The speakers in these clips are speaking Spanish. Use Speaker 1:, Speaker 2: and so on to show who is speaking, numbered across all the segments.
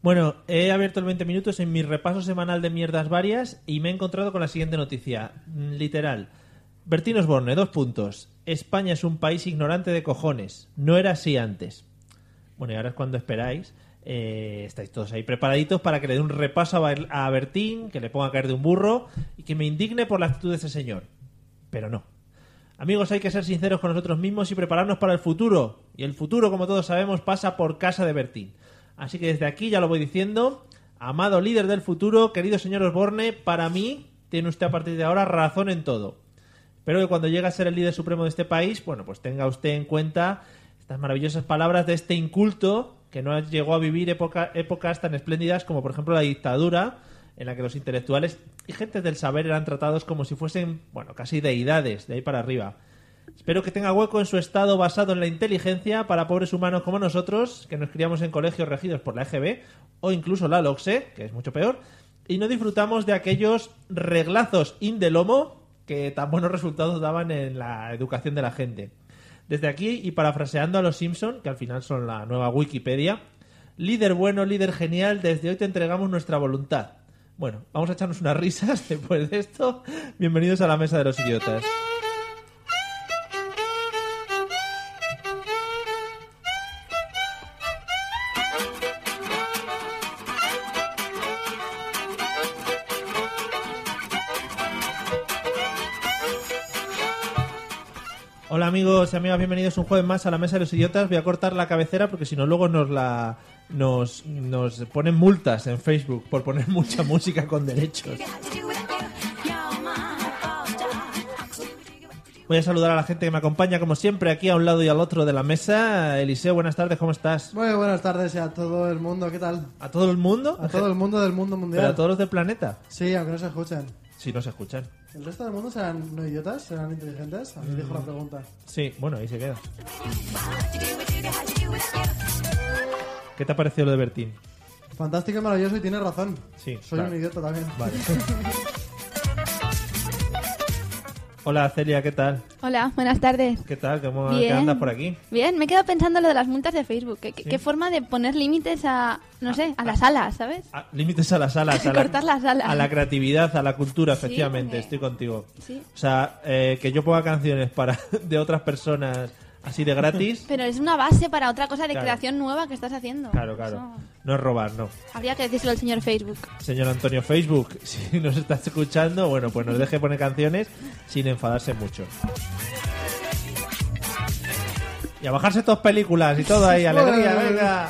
Speaker 1: Bueno, he abierto el 20 minutos en mi repaso semanal de mierdas varias y me he encontrado con la siguiente noticia. Mm, Literal. Bertín Osborne, dos puntos. España es un país ignorante de cojones. No era así antes. Bueno, y ahora es cuando esperáis. Eh, estáis todos ahí preparaditos para que le dé un repaso a, Ber- a Bertín, que le ponga a caer de un burro y que me indigne por la actitud de ese señor. Pero no. Amigos, hay que ser sinceros con nosotros mismos y prepararnos para el futuro. Y el futuro, como todos sabemos, pasa por casa de Bertín. Así que desde aquí ya lo voy diciendo. Amado líder del futuro, querido señor Osborne, para mí tiene usted a partir de ahora razón en todo. Espero que cuando llegue a ser el líder supremo de este país, bueno, pues tenga usted en cuenta estas maravillosas palabras de este inculto que no llegó a vivir época- épocas tan espléndidas como por ejemplo la dictadura, en la que los intelectuales y gentes del saber eran tratados como si fuesen, bueno, casi deidades, de ahí para arriba. Espero que tenga hueco en su estado basado en la inteligencia para pobres humanos como nosotros, que nos criamos en colegios regidos por la EGB o incluso la LOCSE, que es mucho peor, y no disfrutamos de aquellos reglazos indelomo que tan buenos resultados daban en la educación de la gente. Desde aquí, y parafraseando a los Simpson, que al final son la nueva Wikipedia, líder bueno, líder genial, desde hoy te entregamos nuestra voluntad. Bueno, vamos a echarnos unas risas después de esto. Bienvenidos a la mesa de los idiotas. Hola amigos y amigas, bienvenidos un jueves más a la Mesa de los Idiotas. Voy a cortar la cabecera porque si no luego nos la nos, nos ponen multas en Facebook por poner mucha música con derechos. Voy a saludar a la gente que me acompaña como siempre aquí a un lado y al otro de la mesa. Eliseo, buenas tardes, ¿cómo estás?
Speaker 2: Muy buenas tardes a todo el mundo, ¿qué tal?
Speaker 1: ¿A todo el mundo?
Speaker 2: A todo el mundo del mundo mundial.
Speaker 1: Pero a todos los del planeta,
Speaker 2: Sí, aunque no se escuchen.
Speaker 1: si nos escuchan.
Speaker 2: ¿El resto del mundo serán no idiotas? ¿Serán inteligentes? A mí dijo la pregunta.
Speaker 1: Sí, bueno, ahí se queda. ¿Qué te ha parecido lo de Bertín?
Speaker 2: Fantástico y maravilloso y tienes razón.
Speaker 1: Sí,
Speaker 2: Soy
Speaker 1: claro.
Speaker 2: un idiota también.
Speaker 1: Vale. Hola Celia, ¿qué tal?
Speaker 3: Hola, buenas tardes.
Speaker 1: ¿Qué tal? ¿Cómo qué
Speaker 3: Bien.
Speaker 1: andas por aquí?
Speaker 3: Bien, me he quedado pensando lo de las multas de Facebook. ¿Qué, qué- qué forma de poner límites a, no sé, a las alas, ¿sabes?
Speaker 1: Ah, límites a las alas, a la,
Speaker 3: Cortar las alas.
Speaker 1: a la creatividad, a la cultura, efectivamente,
Speaker 3: porque-
Speaker 1: estoy contigo.
Speaker 3: Sí.
Speaker 1: O sea, eh, que yo ponga canciones para de otras personas así de gratis,
Speaker 3: Pero es una base para otra cosa de
Speaker 1: Claro.
Speaker 3: creación nueva que estás haciendo.
Speaker 1: claro, claro.
Speaker 3: Eso
Speaker 1: No es robar, no.
Speaker 3: habría que decírselo al señor Facebook.
Speaker 1: Señor Antonio Facebook, si nos estás escuchando, bueno, pues nos deje poner canciones sin enfadarse mucho. Y a bajarse todas películas y todo ahí, alegría, venga.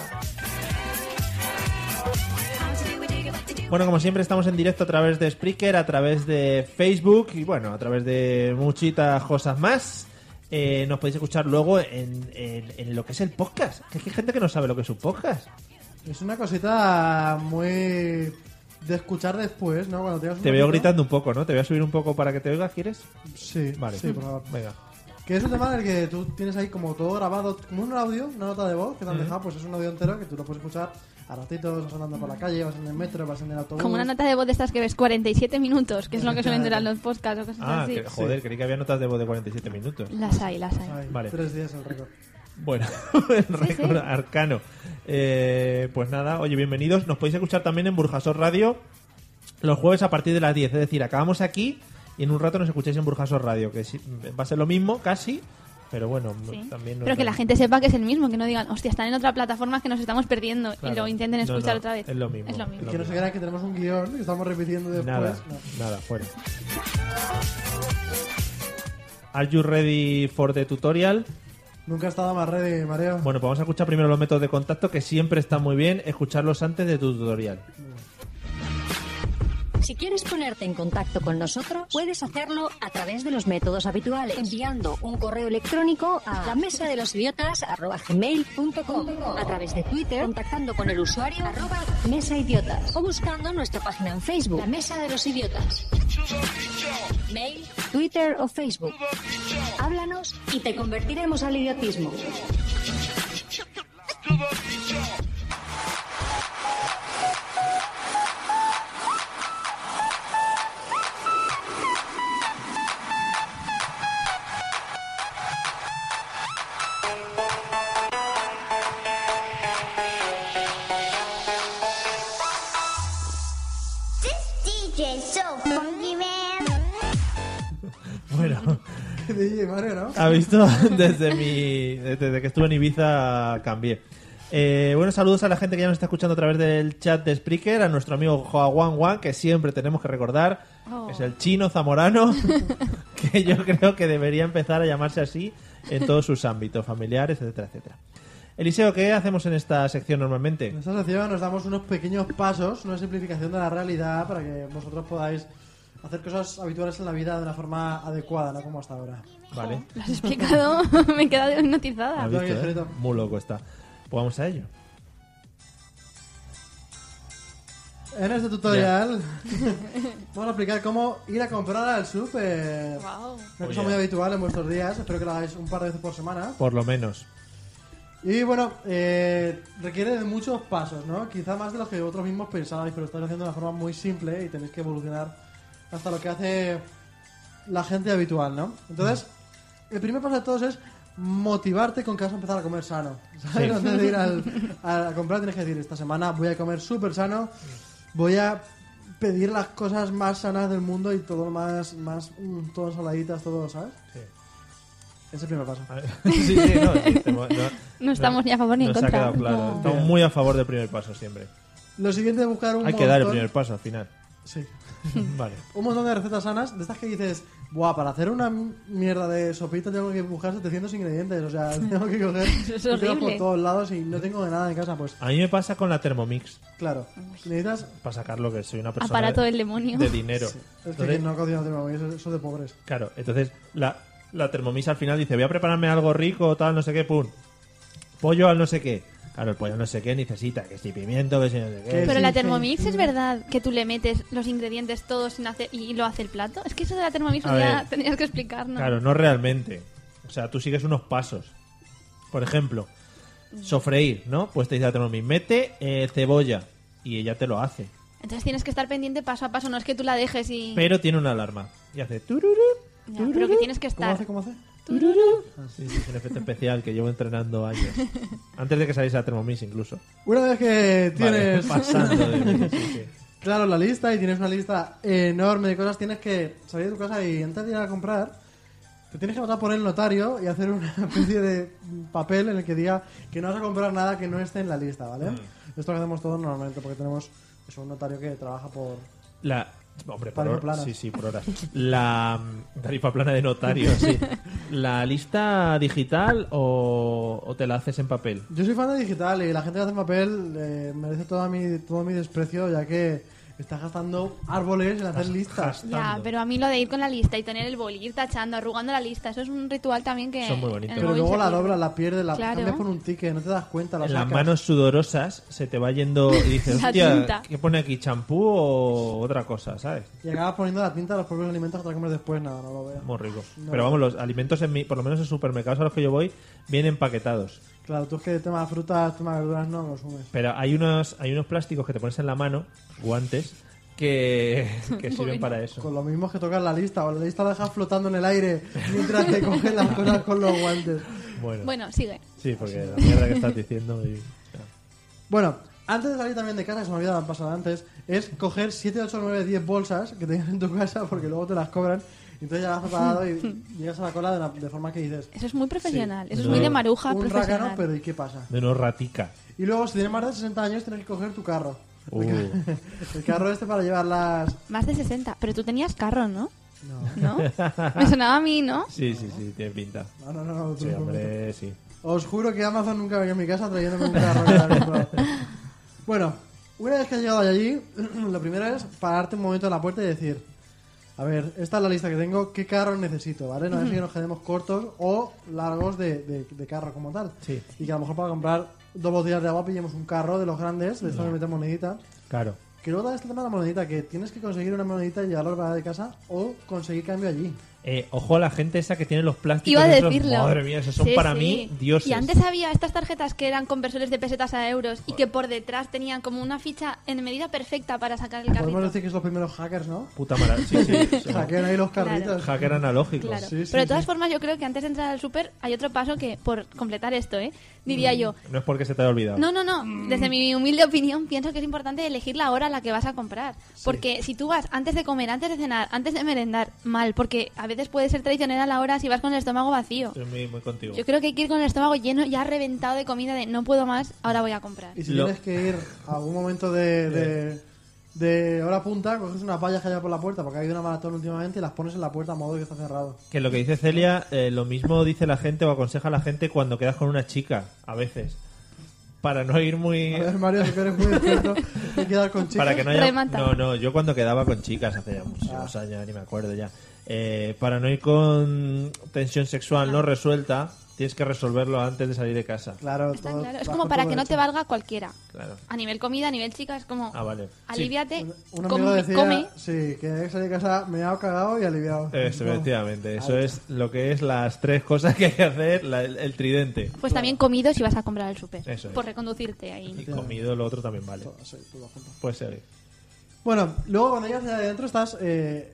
Speaker 1: Bueno, como siempre estamos en directo a través de Spreaker, a través de Facebook y bueno, a través de muchitas cosas más. Eh, nos podéis escuchar luego en, en- en lo que es el podcast. Que es que hay gente que no sabe lo que es un podcast.
Speaker 2: Es una cosita muy de escuchar después, ¿no? Cuando tengas un
Speaker 1: Te veo
Speaker 2: ratito.
Speaker 1: gritando un poco, ¿no? Te voy a subir un poco para que te oigas, ¿quieres?
Speaker 2: Sí,
Speaker 1: Vale,
Speaker 2: sí, por favor.
Speaker 1: Venga.
Speaker 2: Que es un tema en el que tú tienes ahí como todo grabado, como un audio, una nota de voz que te han dejado, pues es un audio entero que tú lo puedes escuchar a ratitos, vas andando por la calle, vas en el metro, vas en el autobús.
Speaker 3: Como una nota de voz de estas que ves 47 minutos, que es lo que suelen durar los podcasts o cosas
Speaker 1: Ah,
Speaker 3: así.
Speaker 1: que- joder, creí que había notas de voz de 47 minutos.
Speaker 3: Las hay, las hay.
Speaker 2: Ay,
Speaker 1: Vale.
Speaker 2: Tres días el récord.
Speaker 1: Bueno, el récord arcano. Eh, pues nada, oye, bienvenidos. Nos podéis escuchar también en Burjasot Radio los jueves a partir de las 10. Es decir, acabamos aquí y en un rato nos escucháis en Burjasot Radio, que sí, va a ser lo mismo casi, pero bueno,
Speaker 3: Sí.
Speaker 1: pues también... no
Speaker 3: Pero
Speaker 1: es
Speaker 3: que la
Speaker 1: lo-
Speaker 3: gente sepa que es el mismo, que no digan, hostia, están en otra plataforma que nos estamos perdiendo
Speaker 1: Claro.
Speaker 3: y lo intenten
Speaker 1: No,
Speaker 3: escuchar
Speaker 1: no,
Speaker 3: otra vez.
Speaker 1: es lo mismo,
Speaker 3: Es lo mismo.
Speaker 1: es lo
Speaker 2: Que no se crean que tenemos un guión y estamos repitiendo después.
Speaker 1: Nada,
Speaker 2: No.
Speaker 1: nada, fuera. Are you ready for the tutorial?
Speaker 2: Nunca he estado más ready, Mario.
Speaker 1: Bueno, pues vamos a escuchar primero los métodos de contacto, que siempre están muy bien escucharlos antes de tu tutorial.
Speaker 4: Si quieres ponerte en contacto con nosotros, puedes hacerlo a través de los métodos habituales, enviando un correo electrónico a la mesa de los idiotas a través de Twitter, contactando con el usuario arroba mesa idiotas o buscando nuestra página en Facebook, la mesa de los idiotas. Mail, Twitter o Facebook. Háblanos y te convertiremos al idiotismo.
Speaker 5: This DJ's so funky, man.
Speaker 1: Bueno,
Speaker 2: DJ Mario, ¿no?
Speaker 1: ha visto desde mi desde que estuve en Ibiza cambié. Eh, bueno, saludos a la gente que ya nos está escuchando a través del chat de Spreaker, a nuestro amigo Joawan Wan, que siempre tenemos que recordar,
Speaker 3: Oh.
Speaker 1: es el chino zamorano, que yo creo que debería empezar a llamarse así en todos sus ámbitos, familiares, etcétera, etcétera. Eliseo, ¿qué hacemos en esta sección normalmente?
Speaker 2: En esta sección nos damos unos pequeños pasos, una simplificación de la realidad para que vosotros podáis hacer cosas habituales en la vida de una forma adecuada, no como hasta ahora.
Speaker 1: Vale,
Speaker 3: Lo has explicado, me he quedado hipnotizada.
Speaker 1: ¿Has
Speaker 2: Lo he
Speaker 1: visto, eh?
Speaker 2: escrito.
Speaker 1: muy loco está. Pues vamos a ello.
Speaker 2: En este tutorial vamos a explicar cómo ir a comprar al súper.
Speaker 3: Wow.
Speaker 2: Una
Speaker 1: Oye.
Speaker 2: cosa muy habitual en vuestros días, espero que lo hagáis un par de veces por semana.
Speaker 1: Por lo menos.
Speaker 2: Y bueno, eh, requiere de muchos pasos, ¿no? Quizá más de los que vosotros mismos pensabais, pero lo estáis haciendo de una forma muy simple y tenéis que evolucionar hasta lo que hace la gente habitual, ¿no? Entonces, el primer paso de todos es motivarte con que vas a empezar a comer sano. ¿Sabes?
Speaker 1: Sí.
Speaker 2: Antes de ir al- a comprar tienes que decir, esta semana voy a comer súper sano, voy a pedir las cosas más sanas del mundo y todo lo más, más, mm, todo ensaladitas, todo, ¿sabes?
Speaker 1: Sí. Ah,
Speaker 2: Ese es el primer paso.
Speaker 1: sí, sí, no, sí, te- no,
Speaker 3: No estamos ni a favor ni en
Speaker 1: nos
Speaker 3: contra.
Speaker 1: ha quedado claro.
Speaker 3: No.
Speaker 1: Estamos muy a favor del primer paso siempre.
Speaker 2: Lo siguiente es buscar un
Speaker 1: Hay que dar el
Speaker 2: montón-
Speaker 1: primer paso al final.
Speaker 2: Sí.
Speaker 1: Vale.
Speaker 2: un montón de recetas sanas, de estas que dices, buah, para hacer una mierda de sopita tengo que buscar 700 ingredientes, o sea, tengo que coger
Speaker 3: es
Speaker 2: tengo por
Speaker 3: horrible.
Speaker 2: todos lados y no tengo de nada en casa, pues
Speaker 1: A mí me pasa con la Thermomix,
Speaker 2: claro, necesitas...
Speaker 1: para sacarlo que soy una persona
Speaker 3: Aparato
Speaker 1: de,
Speaker 3: del demonio.
Speaker 1: de dinero.
Speaker 2: Es que
Speaker 1: Entonces,
Speaker 2: quien no cocina tenemos, eso eso es de pobres.
Speaker 1: Claro, entonces la, la Thermomix al final dice, voy a prepararme algo rico, tal, no sé qué, pum. Pollo al no sé qué. Claro, el pollo al no sé qué necesita, que si pimiento, que si no sé qué.
Speaker 2: ¿Qué?
Speaker 3: Pero
Speaker 2: Sí,
Speaker 3: la
Speaker 2: sí,
Speaker 3: Thermomix
Speaker 2: sí.
Speaker 3: es verdad que tú le metes los ingredientes todos sin hacer y lo hace el plato. Es que eso de la Thermomix
Speaker 1: A
Speaker 3: un día
Speaker 1: ver.
Speaker 3: tenías que explicarnos.
Speaker 1: Claro, no realmente. O sea, tú sigues unos pasos. Por ejemplo, sofreír, ¿no? Pues te dice la Thermomix, mete eh, cebolla y ella te lo hace.
Speaker 3: Entonces tienes que estar pendiente paso a paso, no es que tú la dejes y
Speaker 1: Pero tiene una alarma y hace tururú.
Speaker 3: Ya, pero que tienes que
Speaker 2: ¿Cómo
Speaker 3: estar.
Speaker 2: hace? ¿Cómo hace?
Speaker 1: Ah, sí, sí, es un efecto especial que llevo entrenando años. Antes de que saliese a Thermomix incluso.
Speaker 2: Una vez que
Speaker 1: Vale,
Speaker 2: tienes
Speaker 1: pasando de mí, sí, sí.
Speaker 2: claro la lista y tienes una lista enorme de cosas, tienes que salir de tu casa y antes de ir a comprar, te tienes que pasar por el notario y hacer una especie de papel en el que diga que no vas a comprar nada que no esté en la lista, ¿vale? Esto lo hacemos todos normalmente porque tenemos eso, un notario que trabaja por...
Speaker 1: La... Hombre, por
Speaker 2: Tarifa
Speaker 1: hor-
Speaker 2: plana.
Speaker 1: Sí, sí, por horas. La mm, tarifa plana de notario, sí. ¿La lista digital o, o te la haces en papel?
Speaker 2: Yo soy fan de digital y la gente que hace en papel eh, merece todo mi, todo mi desprecio ya que estás gastando árboles en hacer listas.
Speaker 3: Ya,
Speaker 1: Gastando.
Speaker 3: pero a mí lo de ir con la lista y tener el boli, ir tachando, arrugando la lista, eso es un ritual también que...
Speaker 1: Son muy bonitos.
Speaker 3: en el
Speaker 2: Pero
Speaker 3: móvil
Speaker 2: luego
Speaker 3: se
Speaker 2: la
Speaker 3: pierde.
Speaker 2: doblas, la pierdes, la
Speaker 3: Claro.
Speaker 2: cambias por un ticket, no te das cuenta, la
Speaker 1: en las
Speaker 2: sacas.
Speaker 1: manos sudorosas se te va yendo y dices,
Speaker 3: La
Speaker 1: hostia,
Speaker 3: tinta".
Speaker 1: ¿qué pone aquí? ¿Champú o otra cosa? ¿Sabes?
Speaker 2: Y acabas poniendo la tinta a los propios alimentos que te comes después, nada, no lo veo.
Speaker 1: Muy rico. Pero vamos, los alimentos, en mi, por lo menos en supermercados a los que yo voy, vienen empaquetados.
Speaker 2: Claro, tú es que el tema de frutas, tema de verduras no consumes.
Speaker 1: Pero hay unos, hay unos plásticos que te pones en la mano, guantes, que, que sirven para eso.
Speaker 2: Con lo mismo que tocar la lista, o la lista la dejas flotando en el aire mientras te coges las cosas con los guantes.
Speaker 1: Bueno,
Speaker 3: Bueno, sigue.
Speaker 1: sí, porque la mierda que estás diciendo. y-
Speaker 2: Bueno, antes de salir también de casa, que se me había pasado antes, es coger 7, 8, 9, 10 bolsas que tengas en tu casa porque luego te las cobran. y Entonces ya las has pagado y llegas a la cola de, la- de forma que dices.
Speaker 3: Eso es muy profesional, eso es
Speaker 1: No.
Speaker 3: muy de maruja
Speaker 2: Un
Speaker 3: profesional.
Speaker 2: rácano, pero ¿y qué pasa?
Speaker 1: De no ratica.
Speaker 2: Y luego, si tienes más de 60 años, tienes que coger tu carro.
Speaker 1: Uh.
Speaker 2: El carro este para llevar las.
Speaker 3: Más de 60, pero tú tenías carro, ¿no?
Speaker 2: No,
Speaker 3: ¿No? Me sonaba a mí, ¿no?
Speaker 1: Sí, sí, sí, tiene pinta.
Speaker 2: no, no, no.
Speaker 1: Sí,
Speaker 2: tú no me
Speaker 1: hombre, sí.
Speaker 2: Os juro que Amazon nunca venía a mi casa trayéndome un carro. que había comprado. bueno, Una vez que has llegado allí, lo primero es pararte un momento en la puerta y decir, a ver, esta es la lista que tengo, ¿qué carros necesito? ¿Vale? No es que nos quedemos cortos o largos de, de, de carro como tal.
Speaker 1: Sí.
Speaker 2: Y que a lo mejor para comprar dos botellas de agua pillemos un carro de los grandes, de estos que meten monedita.
Speaker 1: Claro.
Speaker 2: Que luego está el tema de la monedita, que tienes que conseguir una monedita y llevarla al bar de casa o conseguir cambio allí.
Speaker 1: Eh, ojo a la gente esa que tiene los plásticos.
Speaker 3: Iba a
Speaker 1: esos.
Speaker 3: decirlo.
Speaker 1: Madre mía, esos son
Speaker 3: Sí,
Speaker 1: para
Speaker 3: sí.
Speaker 1: mí dioses.
Speaker 3: Y antes había estas tarjetas que eran conversores de pesetas a euros y que por detrás tenían como una ficha en medida perfecta para sacar el
Speaker 2: Podemos
Speaker 3: carrito.
Speaker 2: decir que es los primeros hackers, ¿no?
Speaker 1: Puta maravilla. Sí, sí. son
Speaker 2: Hackean ahí los carritos.
Speaker 1: Hacker analógico.
Speaker 3: Claro.
Speaker 2: Sí, sí,
Speaker 3: Pero de todas
Speaker 2: sí.
Speaker 3: formas, yo creo que antes de entrar al súper hay otro paso que, por completar esto, ¿eh? diría yo.
Speaker 1: No es porque se te haya olvidado.
Speaker 3: No, no,
Speaker 2: Mm.
Speaker 3: no. Desde mi humilde opinión, pienso que es importante elegir la hora a la que vas a comprar. Porque si tú vas antes de comer, antes de cenar, antes de merendar, mal. Porque a veces puede ser traicionera la hora si vas con el estómago vacío.
Speaker 1: Estoy muy, muy contigo.
Speaker 3: Yo creo que hay que ir con el estómago lleno, ya reventado de comida, de no puedo más, ahora voy a comprar.
Speaker 2: Y si
Speaker 1: Lo-
Speaker 2: tienes que ir a algún momento de, de, de hora punta, coges unas vallas que haya por la puerta, porque ha habido una maratón últimamente, y las pones en la puerta a modo que está cerrado.
Speaker 1: Que lo que dice Celia, eh, lo mismo dice la gente o aconseja la gente cuando quedas con una chica, a veces. Para no ir muy.
Speaker 2: A ver, Mario, si que eres muy experto en quedar con chicas.
Speaker 1: Para que no haya...
Speaker 3: Remata.
Speaker 1: No, no, yo cuando quedaba con chicas hace ya
Speaker 2: Ah.
Speaker 1: muchos años, ni me acuerdo ya. Eh, para no ir con tensión sexual no resuelta, tienes que resolverlo antes de salir de casa.
Speaker 2: Claro,
Speaker 3: Está
Speaker 2: todo-
Speaker 3: claro. Es
Speaker 2: vas
Speaker 3: como
Speaker 2: con
Speaker 3: para
Speaker 2: todo
Speaker 3: que no
Speaker 2: derecho.
Speaker 3: te valga cualquiera.
Speaker 1: Claro.
Speaker 3: A nivel comida, a nivel chica, es como.
Speaker 1: Ah, vale. Sí.
Speaker 3: Aliviate,
Speaker 2: Un
Speaker 3: com-
Speaker 2: amigo decía,
Speaker 3: come.
Speaker 2: sí, que hay que salir de casa meado, cagado y aliviado.
Speaker 1: Eso,
Speaker 2: No.
Speaker 1: efectivamente, eso
Speaker 2: Ahí.
Speaker 1: es lo que es las tres cosas que hay que hacer, la- el, el tridente.
Speaker 3: Pues también comido si vas a comprar al súper.
Speaker 1: Eso es.
Speaker 3: Por reconducirte
Speaker 1: Y
Speaker 3: ahí.
Speaker 1: comido lo otro también vale.
Speaker 2: Todo, sí, todo junto.
Speaker 1: Pues sí.
Speaker 2: Bueno, luego cuando llegas allá adentro estás... eh,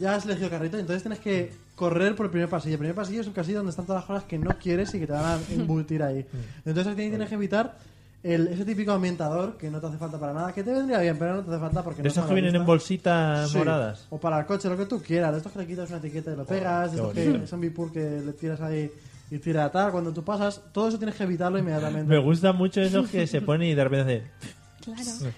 Speaker 2: ya has elegido el carrito, entonces tienes que correr por el primer pasillo. El primer pasillo es un pasillo donde están todas las cosas que no quieres y que te van a embutir ahí.
Speaker 1: Mm.
Speaker 2: Entonces aquí tienes que evitar el, ese típico ambientador que no te hace falta para nada, que te vendría bien, pero no te hace falta porque
Speaker 1: De
Speaker 2: no
Speaker 1: esos
Speaker 2: es
Speaker 1: que vienen en
Speaker 2: moralista.
Speaker 1: bolsitas
Speaker 2: Sí,
Speaker 1: moradas.
Speaker 2: O para el coche, lo que tú quieras. De estos que le quitas una etiqueta y lo pegas.
Speaker 1: qué
Speaker 2: de estos que
Speaker 1: bonito.
Speaker 2: son bipur que le tiras ahí y tira tal. Cuando tú pasas, todo eso tienes que evitarlo inmediatamente.
Speaker 1: Me gustan mucho esos que se ponen y de repente hacen-
Speaker 3: Claro.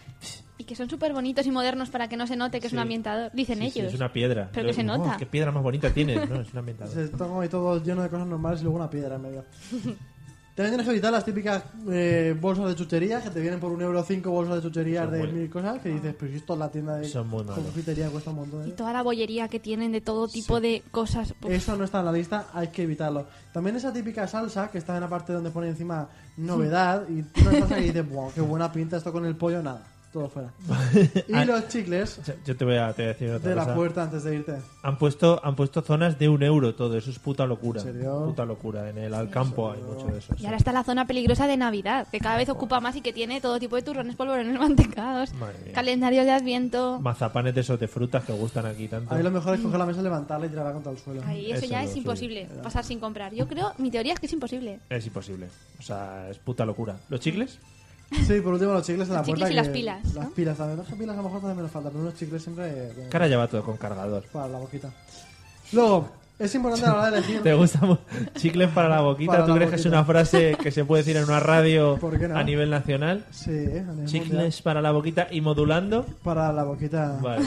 Speaker 3: Y que son súper bonitos y modernos para que no se note que es un ambientador. Dicen
Speaker 1: Sí, sí,
Speaker 3: ellos.
Speaker 1: es una piedra.
Speaker 3: Pero que se
Speaker 1: No,
Speaker 3: nota.
Speaker 1: Qué piedra más bonita tienes, ¿no? Es un ambientador.
Speaker 2: Se toma ahí todo lleno de cosas normales y luego una piedra en medio. También tienes que evitar las típicas eh, bolsas de chucherías que te vienen por un euro cinco bolsas de chucherías
Speaker 1: Son
Speaker 2: de
Speaker 1: muy-
Speaker 2: mil cosas que dices, pero si esto es la tienda de
Speaker 1: Son muy malos.
Speaker 2: confitería cuesta un montón.
Speaker 3: Y
Speaker 2: ¿eh?
Speaker 3: toda la bollería que tienen de todo tipo de cosas. Uf,
Speaker 2: Eso no está en la lista, hay que evitarlo. También esa típica salsa que está en la parte donde pone encima novedad y tú la salsa y dices, wow, qué buena pinta esto con el pollo, nada, todo fuera. Y
Speaker 1: Ah,
Speaker 2: los chicles
Speaker 1: yo- Yo te voy a, te voy a decir otra
Speaker 2: de la
Speaker 1: cosa.
Speaker 2: puerta antes de irte.
Speaker 1: Han puesto, han puesto zonas de un euro todo, eso es puta locura.
Speaker 2: ¿En serio?
Speaker 1: Puta locura. En el Alcampo hay mucho de eso.
Speaker 3: Y
Speaker 1: sí.
Speaker 3: ahora está la zona peligrosa de Navidad, que cada vez ocupa más y que tiene todo tipo de turrones, polvorones, mantecados,
Speaker 1: Madre mía.
Speaker 3: calendarios de adviento.
Speaker 1: Mazapanes de esos de frutas que gustan aquí tanto.
Speaker 2: Ahí lo mejor es coger la mesa, levantarla y tirarla contra el suelo.
Speaker 3: Ahí, eso,
Speaker 1: Eso
Speaker 3: ya
Speaker 1: no,
Speaker 3: es
Speaker 1: sí.
Speaker 3: imposible, pasar sin comprar. Yo creo, mi teoría es que es imposible.
Speaker 1: Es imposible. O sea, es puta locura. ¿Los chicles?
Speaker 2: Sí, por último los chicles en la
Speaker 3: Los
Speaker 2: puerta.
Speaker 3: chicles y
Speaker 2: que-
Speaker 3: las pilas,
Speaker 2: Las
Speaker 3: ¿no?
Speaker 2: pilas también. Las pilas a lo mejor también nos faltan, pero unos chicles siempre eh,
Speaker 1: Cara ya va todo con cargador.
Speaker 2: para la boquita. Luego, es importante a la hora de elegir.
Speaker 1: ¿Te gusta mu- chicles para la boquita?
Speaker 2: Para
Speaker 1: ¿Tú
Speaker 2: la
Speaker 1: crees que es
Speaker 2: boquita.
Speaker 1: una frase que se puede decir en una radio
Speaker 2: ¿Por qué no?
Speaker 1: a nivel nacional?
Speaker 2: Sí, eh, a nivel mundial.
Speaker 1: Chicles para la boquita y modulando.
Speaker 2: Para la boquita.
Speaker 1: Vale.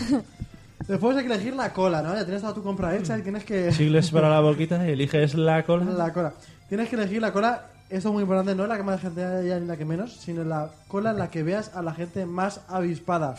Speaker 2: Después hay que elegir la cola, ¿no? Ya tienes toda tu compra hecha y tienes que.
Speaker 1: Chicles para la boquita, eliges la cola.
Speaker 2: La cola. Tienes que elegir la cola, esto es muy importante, no la que más gente haya ni la que menos, sino la cola en la que veas a la gente más avispada.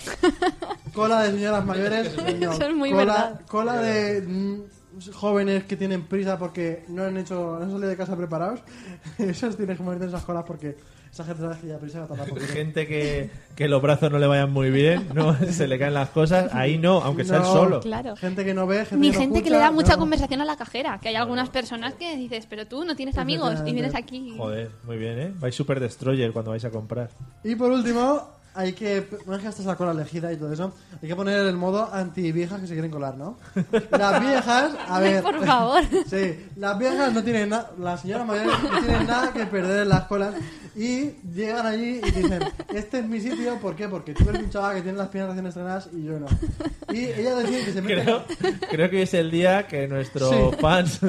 Speaker 2: cola de señoras mayores, no.
Speaker 3: Eso es muy
Speaker 2: cola,
Speaker 3: verdad.
Speaker 2: cola de mm, jóvenes que tienen prisa porque no han hecho, no han salido de casa preparados. Esos tienes que moverte en esas colas porque esa gente sabe que ya prisa va a tardar poquito.
Speaker 1: Gente que, que los brazos no le vayan muy bien, no se le caen las cosas, ahí no, aunque sea el
Speaker 2: No.
Speaker 1: solo.
Speaker 3: Claro.
Speaker 2: Gente que no ve, gente
Speaker 3: Ni
Speaker 2: que no
Speaker 3: gente que le
Speaker 2: escucha,
Speaker 3: da mucha
Speaker 2: no.
Speaker 3: conversación a la cajera, que hay algunas personas que dices, pero tú no
Speaker 2: Pues
Speaker 3: tienes amigos y vienes aquí.
Speaker 1: Joder, muy bien, ¿eh? Vais super destroyer cuando vais a comprar.
Speaker 2: Y por último, hay que. Una vez que estás la cola elegida y todo eso, hay que poner el modo anti-viejas que se quieren colar, ¿no? Las viejas, a ver.
Speaker 3: Por favor.
Speaker 2: Sí, las viejas no tienen nada. Las señoras mayores no tienen nada que perder en las colas. Y llegan allí y dicen: Este es mi sitio, ¿por qué? Porque tú eres un chaval que tiene las piernas recién estrenadas y yo no. Y ella decide que se mete.
Speaker 1: Creo, creo que es el día que nuestros
Speaker 2: Sí.
Speaker 1: fans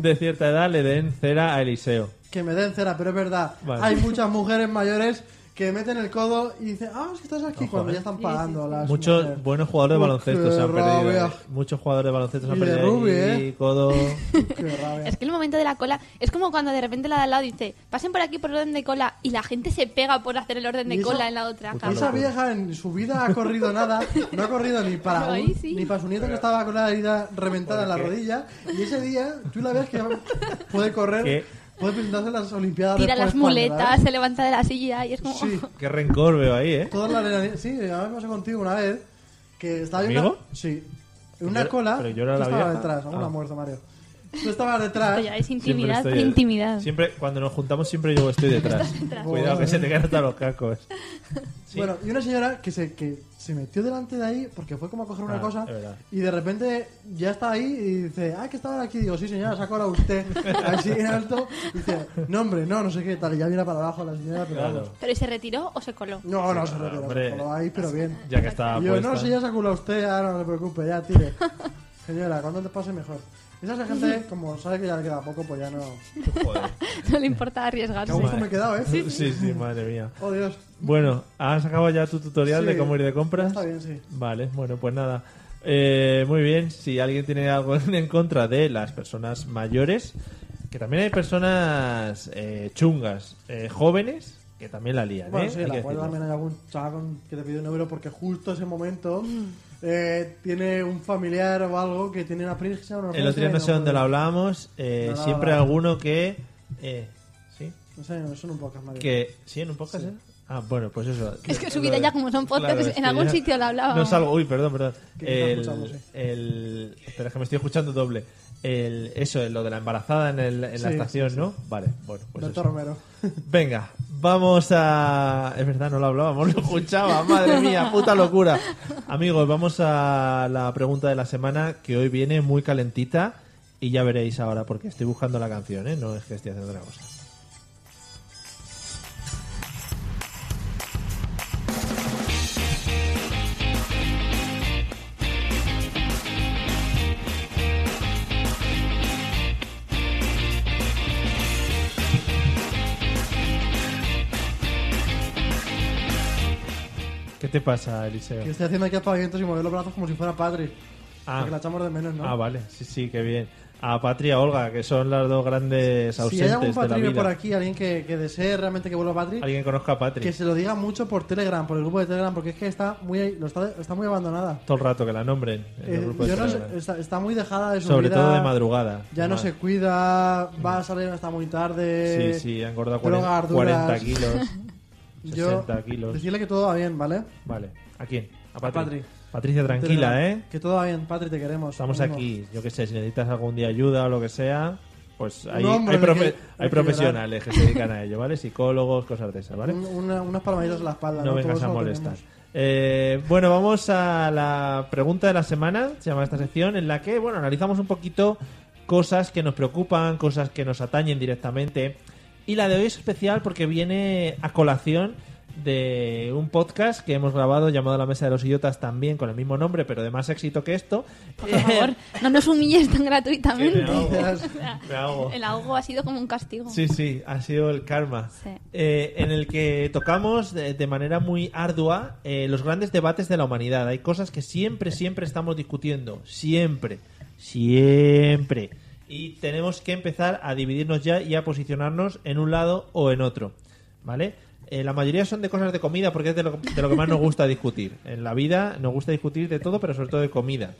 Speaker 1: de cierta edad le den cera a Eliseo.
Speaker 2: Que me den cera, pero es verdad.
Speaker 1: Vale.
Speaker 2: Hay muchas mujeres mayores que meten el codo y dicen, ah, es que estás aquí,
Speaker 1: Ojo,
Speaker 2: cuando
Speaker 1: eh.
Speaker 2: ya están pagando las.
Speaker 1: Muchos
Speaker 2: mujeres.
Speaker 1: buenos jugadores de
Speaker 2: Qué
Speaker 1: baloncesto se han perdido.
Speaker 2: rabia.
Speaker 1: ahí. Muchos jugadores de baloncesto se han
Speaker 2: Y de
Speaker 1: perdido. ahí.
Speaker 2: rugby, ¿eh?
Speaker 1: Codo. eh.
Speaker 2: Qué rabia.
Speaker 3: Es que el momento de la cola es como cuando de repente la de al lado dice, pasen por aquí por orden de cola y la gente se pega por hacer el orden
Speaker 2: ¿Y
Speaker 3: de
Speaker 2: eso?
Speaker 3: cola en la otra
Speaker 1: Puta
Speaker 3: cama.
Speaker 2: Esa
Speaker 1: locura.
Speaker 2: vieja en su vida ha corrido nada, no ha corrido ni para
Speaker 3: Pero ahí
Speaker 2: un-
Speaker 3: sí.
Speaker 2: ni para su nieto que estaba con una herida reventada en la rodilla. Y ese día tú la ves que puede correr,
Speaker 1: ¿Qué?
Speaker 2: puede presentarse en las Olimpiadas.
Speaker 3: Tira
Speaker 2: después
Speaker 3: las
Speaker 2: España, ¿la
Speaker 3: muletas,
Speaker 2: ves?
Speaker 3: se levanta de la silla y es como...
Speaker 2: Sí,
Speaker 1: Qué rencor veo ahí, ¿eh?
Speaker 2: toda la arena. Sí, a mí me pasó contigo una vez que estaba yo en
Speaker 1: ¿Conmigo?
Speaker 2: una- Sí, en una
Speaker 1: Pero-
Speaker 2: cola.
Speaker 1: pero yo era
Speaker 2: tú
Speaker 1: la
Speaker 2: estabas
Speaker 1: vieja.
Speaker 2: detrás, aún
Speaker 1: Ah.
Speaker 2: la muerto, Mario. Tú estabas detrás.
Speaker 3: Esto ya es intimidad,
Speaker 1: Siempre estoy-
Speaker 3: intimidad.
Speaker 1: Siempre, cuando nos juntamos, siempre yo estoy detrás. Cuidado, que se te caen hasta los cascos. Sí.
Speaker 2: Bueno, y una señora que se, que se metió delante de ahí porque fue como a coger una
Speaker 1: Ah,
Speaker 2: cosa
Speaker 1: es verdad.
Speaker 2: y de repente ya está ahí y dice, ah, que estaba aquí. Digo, sí señora, saco ahora usted. Así en alto. Y dice, no hombre, no, no sé qué tal. Y ya viene para abajo la señora, pero
Speaker 1: Claro. Ah,
Speaker 2: vamos.
Speaker 3: ¿Pero y se retiró o se coló?
Speaker 2: No, no, se retiró,
Speaker 1: hombre.
Speaker 2: se coló ahí, pero bien.
Speaker 1: Ya que estaba
Speaker 2: Y yo,
Speaker 1: puesta.
Speaker 2: no, si ya sacó a usted, ahora no se preocupe, ya tire. señora, cuando te pase mejor. Esa gente, como sabe que ya le queda poco, pues ya no...
Speaker 1: Joder.
Speaker 3: No le importa
Speaker 2: Que
Speaker 3: arriesgarse.
Speaker 2: a gusto me he quedado, ¿eh?
Speaker 1: Sí, sí, madre mía.
Speaker 2: Oh, Dios.
Speaker 1: Bueno, ¿has acabado ya tu tutorial
Speaker 2: Sí.
Speaker 1: de cómo ir de compras?
Speaker 2: Está bien, sí.
Speaker 1: Vale, bueno, pues nada. Eh, muy bien, si alguien tiene algo en contra de las personas mayores, que también hay personas eh, chungas, eh, jóvenes, que también la lían,
Speaker 2: Bueno,
Speaker 1: ¿eh?
Speaker 2: sí,
Speaker 1: Hay
Speaker 2: la
Speaker 1: que
Speaker 2: abuela
Speaker 1: decirlo.
Speaker 2: también hay algún chaval que te pide un euro porque justo ese momento eh, tiene un familiar o algo que tiene una prisa. Una
Speaker 1: El otro día
Speaker 2: urgencia y
Speaker 1: no sé dónde
Speaker 2: puede.
Speaker 1: lo hablábamos, eh,
Speaker 2: No, no,
Speaker 1: siempre
Speaker 2: no, no.
Speaker 1: alguno que... eh, ¿Sí?
Speaker 2: No sé, no son un podcast, Mario.
Speaker 1: Que, ¿Sí? ¿En un podcast? eh? Ah, bueno, pues eso.
Speaker 3: Es que su vida ya como son podcasts,
Speaker 1: es
Speaker 3: en
Speaker 1: que
Speaker 3: algún
Speaker 1: ya
Speaker 3: sitio la hablábamos.
Speaker 1: No salgo, uy, perdón, perdón.
Speaker 2: Que quizá escuchamos,
Speaker 1: El,
Speaker 2: sí.
Speaker 1: el, espera, es que me estoy escuchando doble. El, eso, lo de la embarazada en, el- en la
Speaker 2: Sí,
Speaker 1: estación, ¿no? Vale, bueno, pues
Speaker 2: Beto
Speaker 1: eso.
Speaker 2: Romero.
Speaker 1: Venga, vamos a... Es verdad, no lo hablábamos, lo escuchaba, madre mía, puta locura. Amigos, vamos a la pregunta de la semana que hoy viene muy calentita y ya veréis ahora porque estoy buscando la canción, ¿eh? No es que estoy haciendo otra cosa. ¿Qué te pasa, Eliseo?
Speaker 2: Que estoy haciendo aquí apavientos y mover los brazos como si fuera Patrick.
Speaker 1: Ah.
Speaker 2: Porque la echamos de menos, ¿no?
Speaker 1: Ah, vale, sí, sí, qué bien. A Patria Olga, que son las dos grandes
Speaker 2: si
Speaker 1: ausentes
Speaker 2: hay algún
Speaker 1: de la vida.
Speaker 2: Patrick por aquí, alguien que, que desee realmente que vuelva Patrick,
Speaker 1: Alguien conozca a Patria.
Speaker 2: que se lo diga mucho por Telegram, por el grupo de Telegram, porque es que está muy, lo está, está muy abandonada.
Speaker 1: Todo el rato que la nombren en el
Speaker 2: Eh,
Speaker 1: grupo de
Speaker 2: yo no sé,
Speaker 1: Telegram.
Speaker 2: está, está muy dejada de su
Speaker 1: Sobre
Speaker 2: vida.
Speaker 1: todo de madrugada.
Speaker 2: Ya no
Speaker 1: Madre.
Speaker 2: se cuida, va a salir hasta muy tarde.
Speaker 1: Sí, sí, ha engordado
Speaker 2: drogas
Speaker 1: 40, 40
Speaker 2: duras.
Speaker 1: kilos. 60
Speaker 2: Yo,
Speaker 1: kilos.
Speaker 2: Decirle que todo va bien, ¿vale?
Speaker 1: Vale. ¿A quién? A Patri.
Speaker 2: Patri.
Speaker 1: Patricia, tranquila,
Speaker 2: Telegram.
Speaker 1: ¿eh?
Speaker 2: Que todo va bien, Patri, te queremos.
Speaker 1: Estamos
Speaker 2: Ánimo.
Speaker 1: aquí. Yo qué sé, si necesitas algún día ayuda o lo que sea, pues hay,
Speaker 2: No, hombre,
Speaker 1: hay, profe-
Speaker 2: hay que-
Speaker 1: hay
Speaker 2: hay que
Speaker 1: profesionales que se dedican a ello, ¿vale? Psicólogos, cosas de esas, ¿vale?
Speaker 2: Un- una- unas palmaditas en la espalda.
Speaker 1: No
Speaker 2: ¿no?
Speaker 1: vengas
Speaker 2: Todos
Speaker 1: a
Speaker 2: lo
Speaker 1: molestar.
Speaker 2: tenemos.
Speaker 1: Eh, bueno, vamos a la pregunta de la semana, se llama esta sección, en la que, bueno, analizamos un poquito cosas que nos preocupan, cosas que nos atañen directamente. Y la de hoy es especial porque viene a colación de un podcast que hemos grabado llamado La Mesa de los Idiotas también con el mismo nombre, pero de más éxito que esto.
Speaker 3: Por favor, no nos humilles tan
Speaker 1: Que me
Speaker 3: gratuitamente.
Speaker 1: ahogo,
Speaker 2: Gracias.
Speaker 1: me ahogo.
Speaker 3: El ahogo ha sido como un castigo.
Speaker 1: Sí, sí, ha sido el karma.
Speaker 3: Sí.
Speaker 1: Eh, en el que tocamos de, de manera muy ardua eh, los grandes debates de la humanidad. Hay cosas que siempre, siempre estamos discutiendo. Siempre. Siempre. Y tenemos que empezar a dividirnos ya y a posicionarnos en un lado o en otro. ¿Vale? Eh, la mayoría son de cosas de comida porque es de lo, de lo que más nos gusta discutir. En la vida nos gusta discutir de todo, pero sobre todo de comida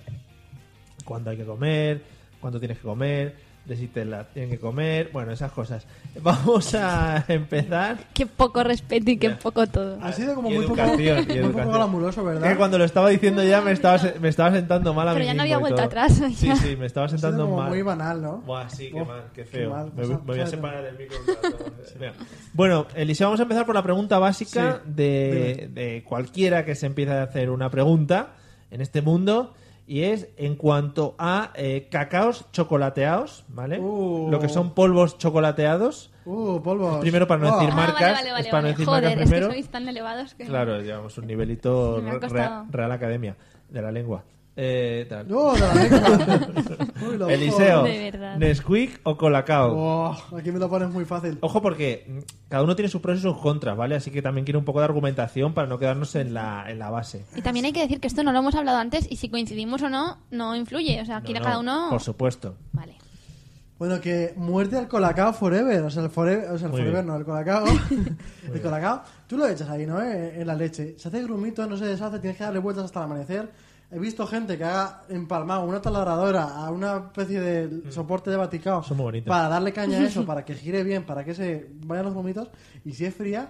Speaker 1: cuándo hay que comer, cuándo tienes que comer, de si te la tienen que comer, bueno, esas cosas. Vamos a empezar.
Speaker 3: Qué poco respeto y qué
Speaker 1: Ya. Ah,
Speaker 3: poco todo.
Speaker 2: Ha sido como
Speaker 1: Y
Speaker 2: muy poco,
Speaker 1: educación, y
Speaker 2: muy poco
Speaker 1: educación.
Speaker 2: glamuroso, ¿verdad?
Speaker 1: Que cuando lo estaba diciendo ya me estaba, se- me estaba sentando mal a
Speaker 3: Pero
Speaker 1: mí
Speaker 3: ya no
Speaker 1: mismo
Speaker 3: había
Speaker 1: y
Speaker 3: vuelta
Speaker 1: todo.
Speaker 3: atrás, ya.
Speaker 1: Sí, sí, me estaba
Speaker 2: Ha sido
Speaker 1: sentando
Speaker 2: como
Speaker 1: mal.
Speaker 2: muy banal, ¿no?
Speaker 1: Buah, sí, qué
Speaker 2: Uf,
Speaker 1: mal, qué feo.
Speaker 2: mal.
Speaker 1: me, me
Speaker 2: Pasa-
Speaker 1: voy a
Speaker 2: pasa-
Speaker 1: separar del micro. un rato. Venga. Bueno, Eliseo, vamos a empezar por la pregunta básica
Speaker 2: Sí,
Speaker 1: de, de cualquiera que se empiece a hacer una pregunta en este mundo. Y es en cuanto a eh, cacaos chocolateados, ¿vale?
Speaker 2: Uh.
Speaker 1: Lo que son polvos chocolateados.
Speaker 2: Uh, polvos.
Speaker 1: Primero para no
Speaker 2: Oh.
Speaker 1: decir
Speaker 3: Ah,
Speaker 1: mal. marcas,
Speaker 3: vale, vale, vale,
Speaker 1: es para no
Speaker 3: vale.
Speaker 1: decir
Speaker 3: Joder,
Speaker 1: marcas
Speaker 3: es que
Speaker 1: primero.
Speaker 3: sois tan elevados que...
Speaker 1: Claro, llevamos un nivelito
Speaker 3: Me ha
Speaker 1: re-
Speaker 3: costado.
Speaker 1: Real Academia de la lengua. Eh, tal.
Speaker 2: No, de la mezcla. Uy, lo
Speaker 1: Eliseo,
Speaker 3: De verdad.
Speaker 1: Nesquik o Colacao.
Speaker 2: Oh, aquí me lo pones muy fácil.
Speaker 1: Ojo porque mm, cada uno tiene sus pros y sus contras, ¿vale? Así que también quiero un poco de argumentación para no quedarnos en la, en la base.
Speaker 3: Y también hay que decir que esto no lo hemos hablado antes y si coincidimos o no, no influye. O sea, aquí
Speaker 1: No, no,
Speaker 3: cada uno.
Speaker 1: Por supuesto.
Speaker 3: Vale.
Speaker 2: Bueno, que muerte al colacao forever. O sea, el forever, o sea, el
Speaker 1: Muy
Speaker 2: forever
Speaker 1: bien.
Speaker 2: no, el colacao. el colacao, tú lo echas ahí, ¿no? Eh, En la leche. Se hace grumito, no se deshace, tienes que darle vueltas hasta el amanecer. He visto gente que haga empalmado una taladradora a una especie de soporte de baticao
Speaker 1: Mm. Son muy bonitos.
Speaker 2: para darle caña a eso, para que gire bien, para que se vayan los grumitos. Y si es fría,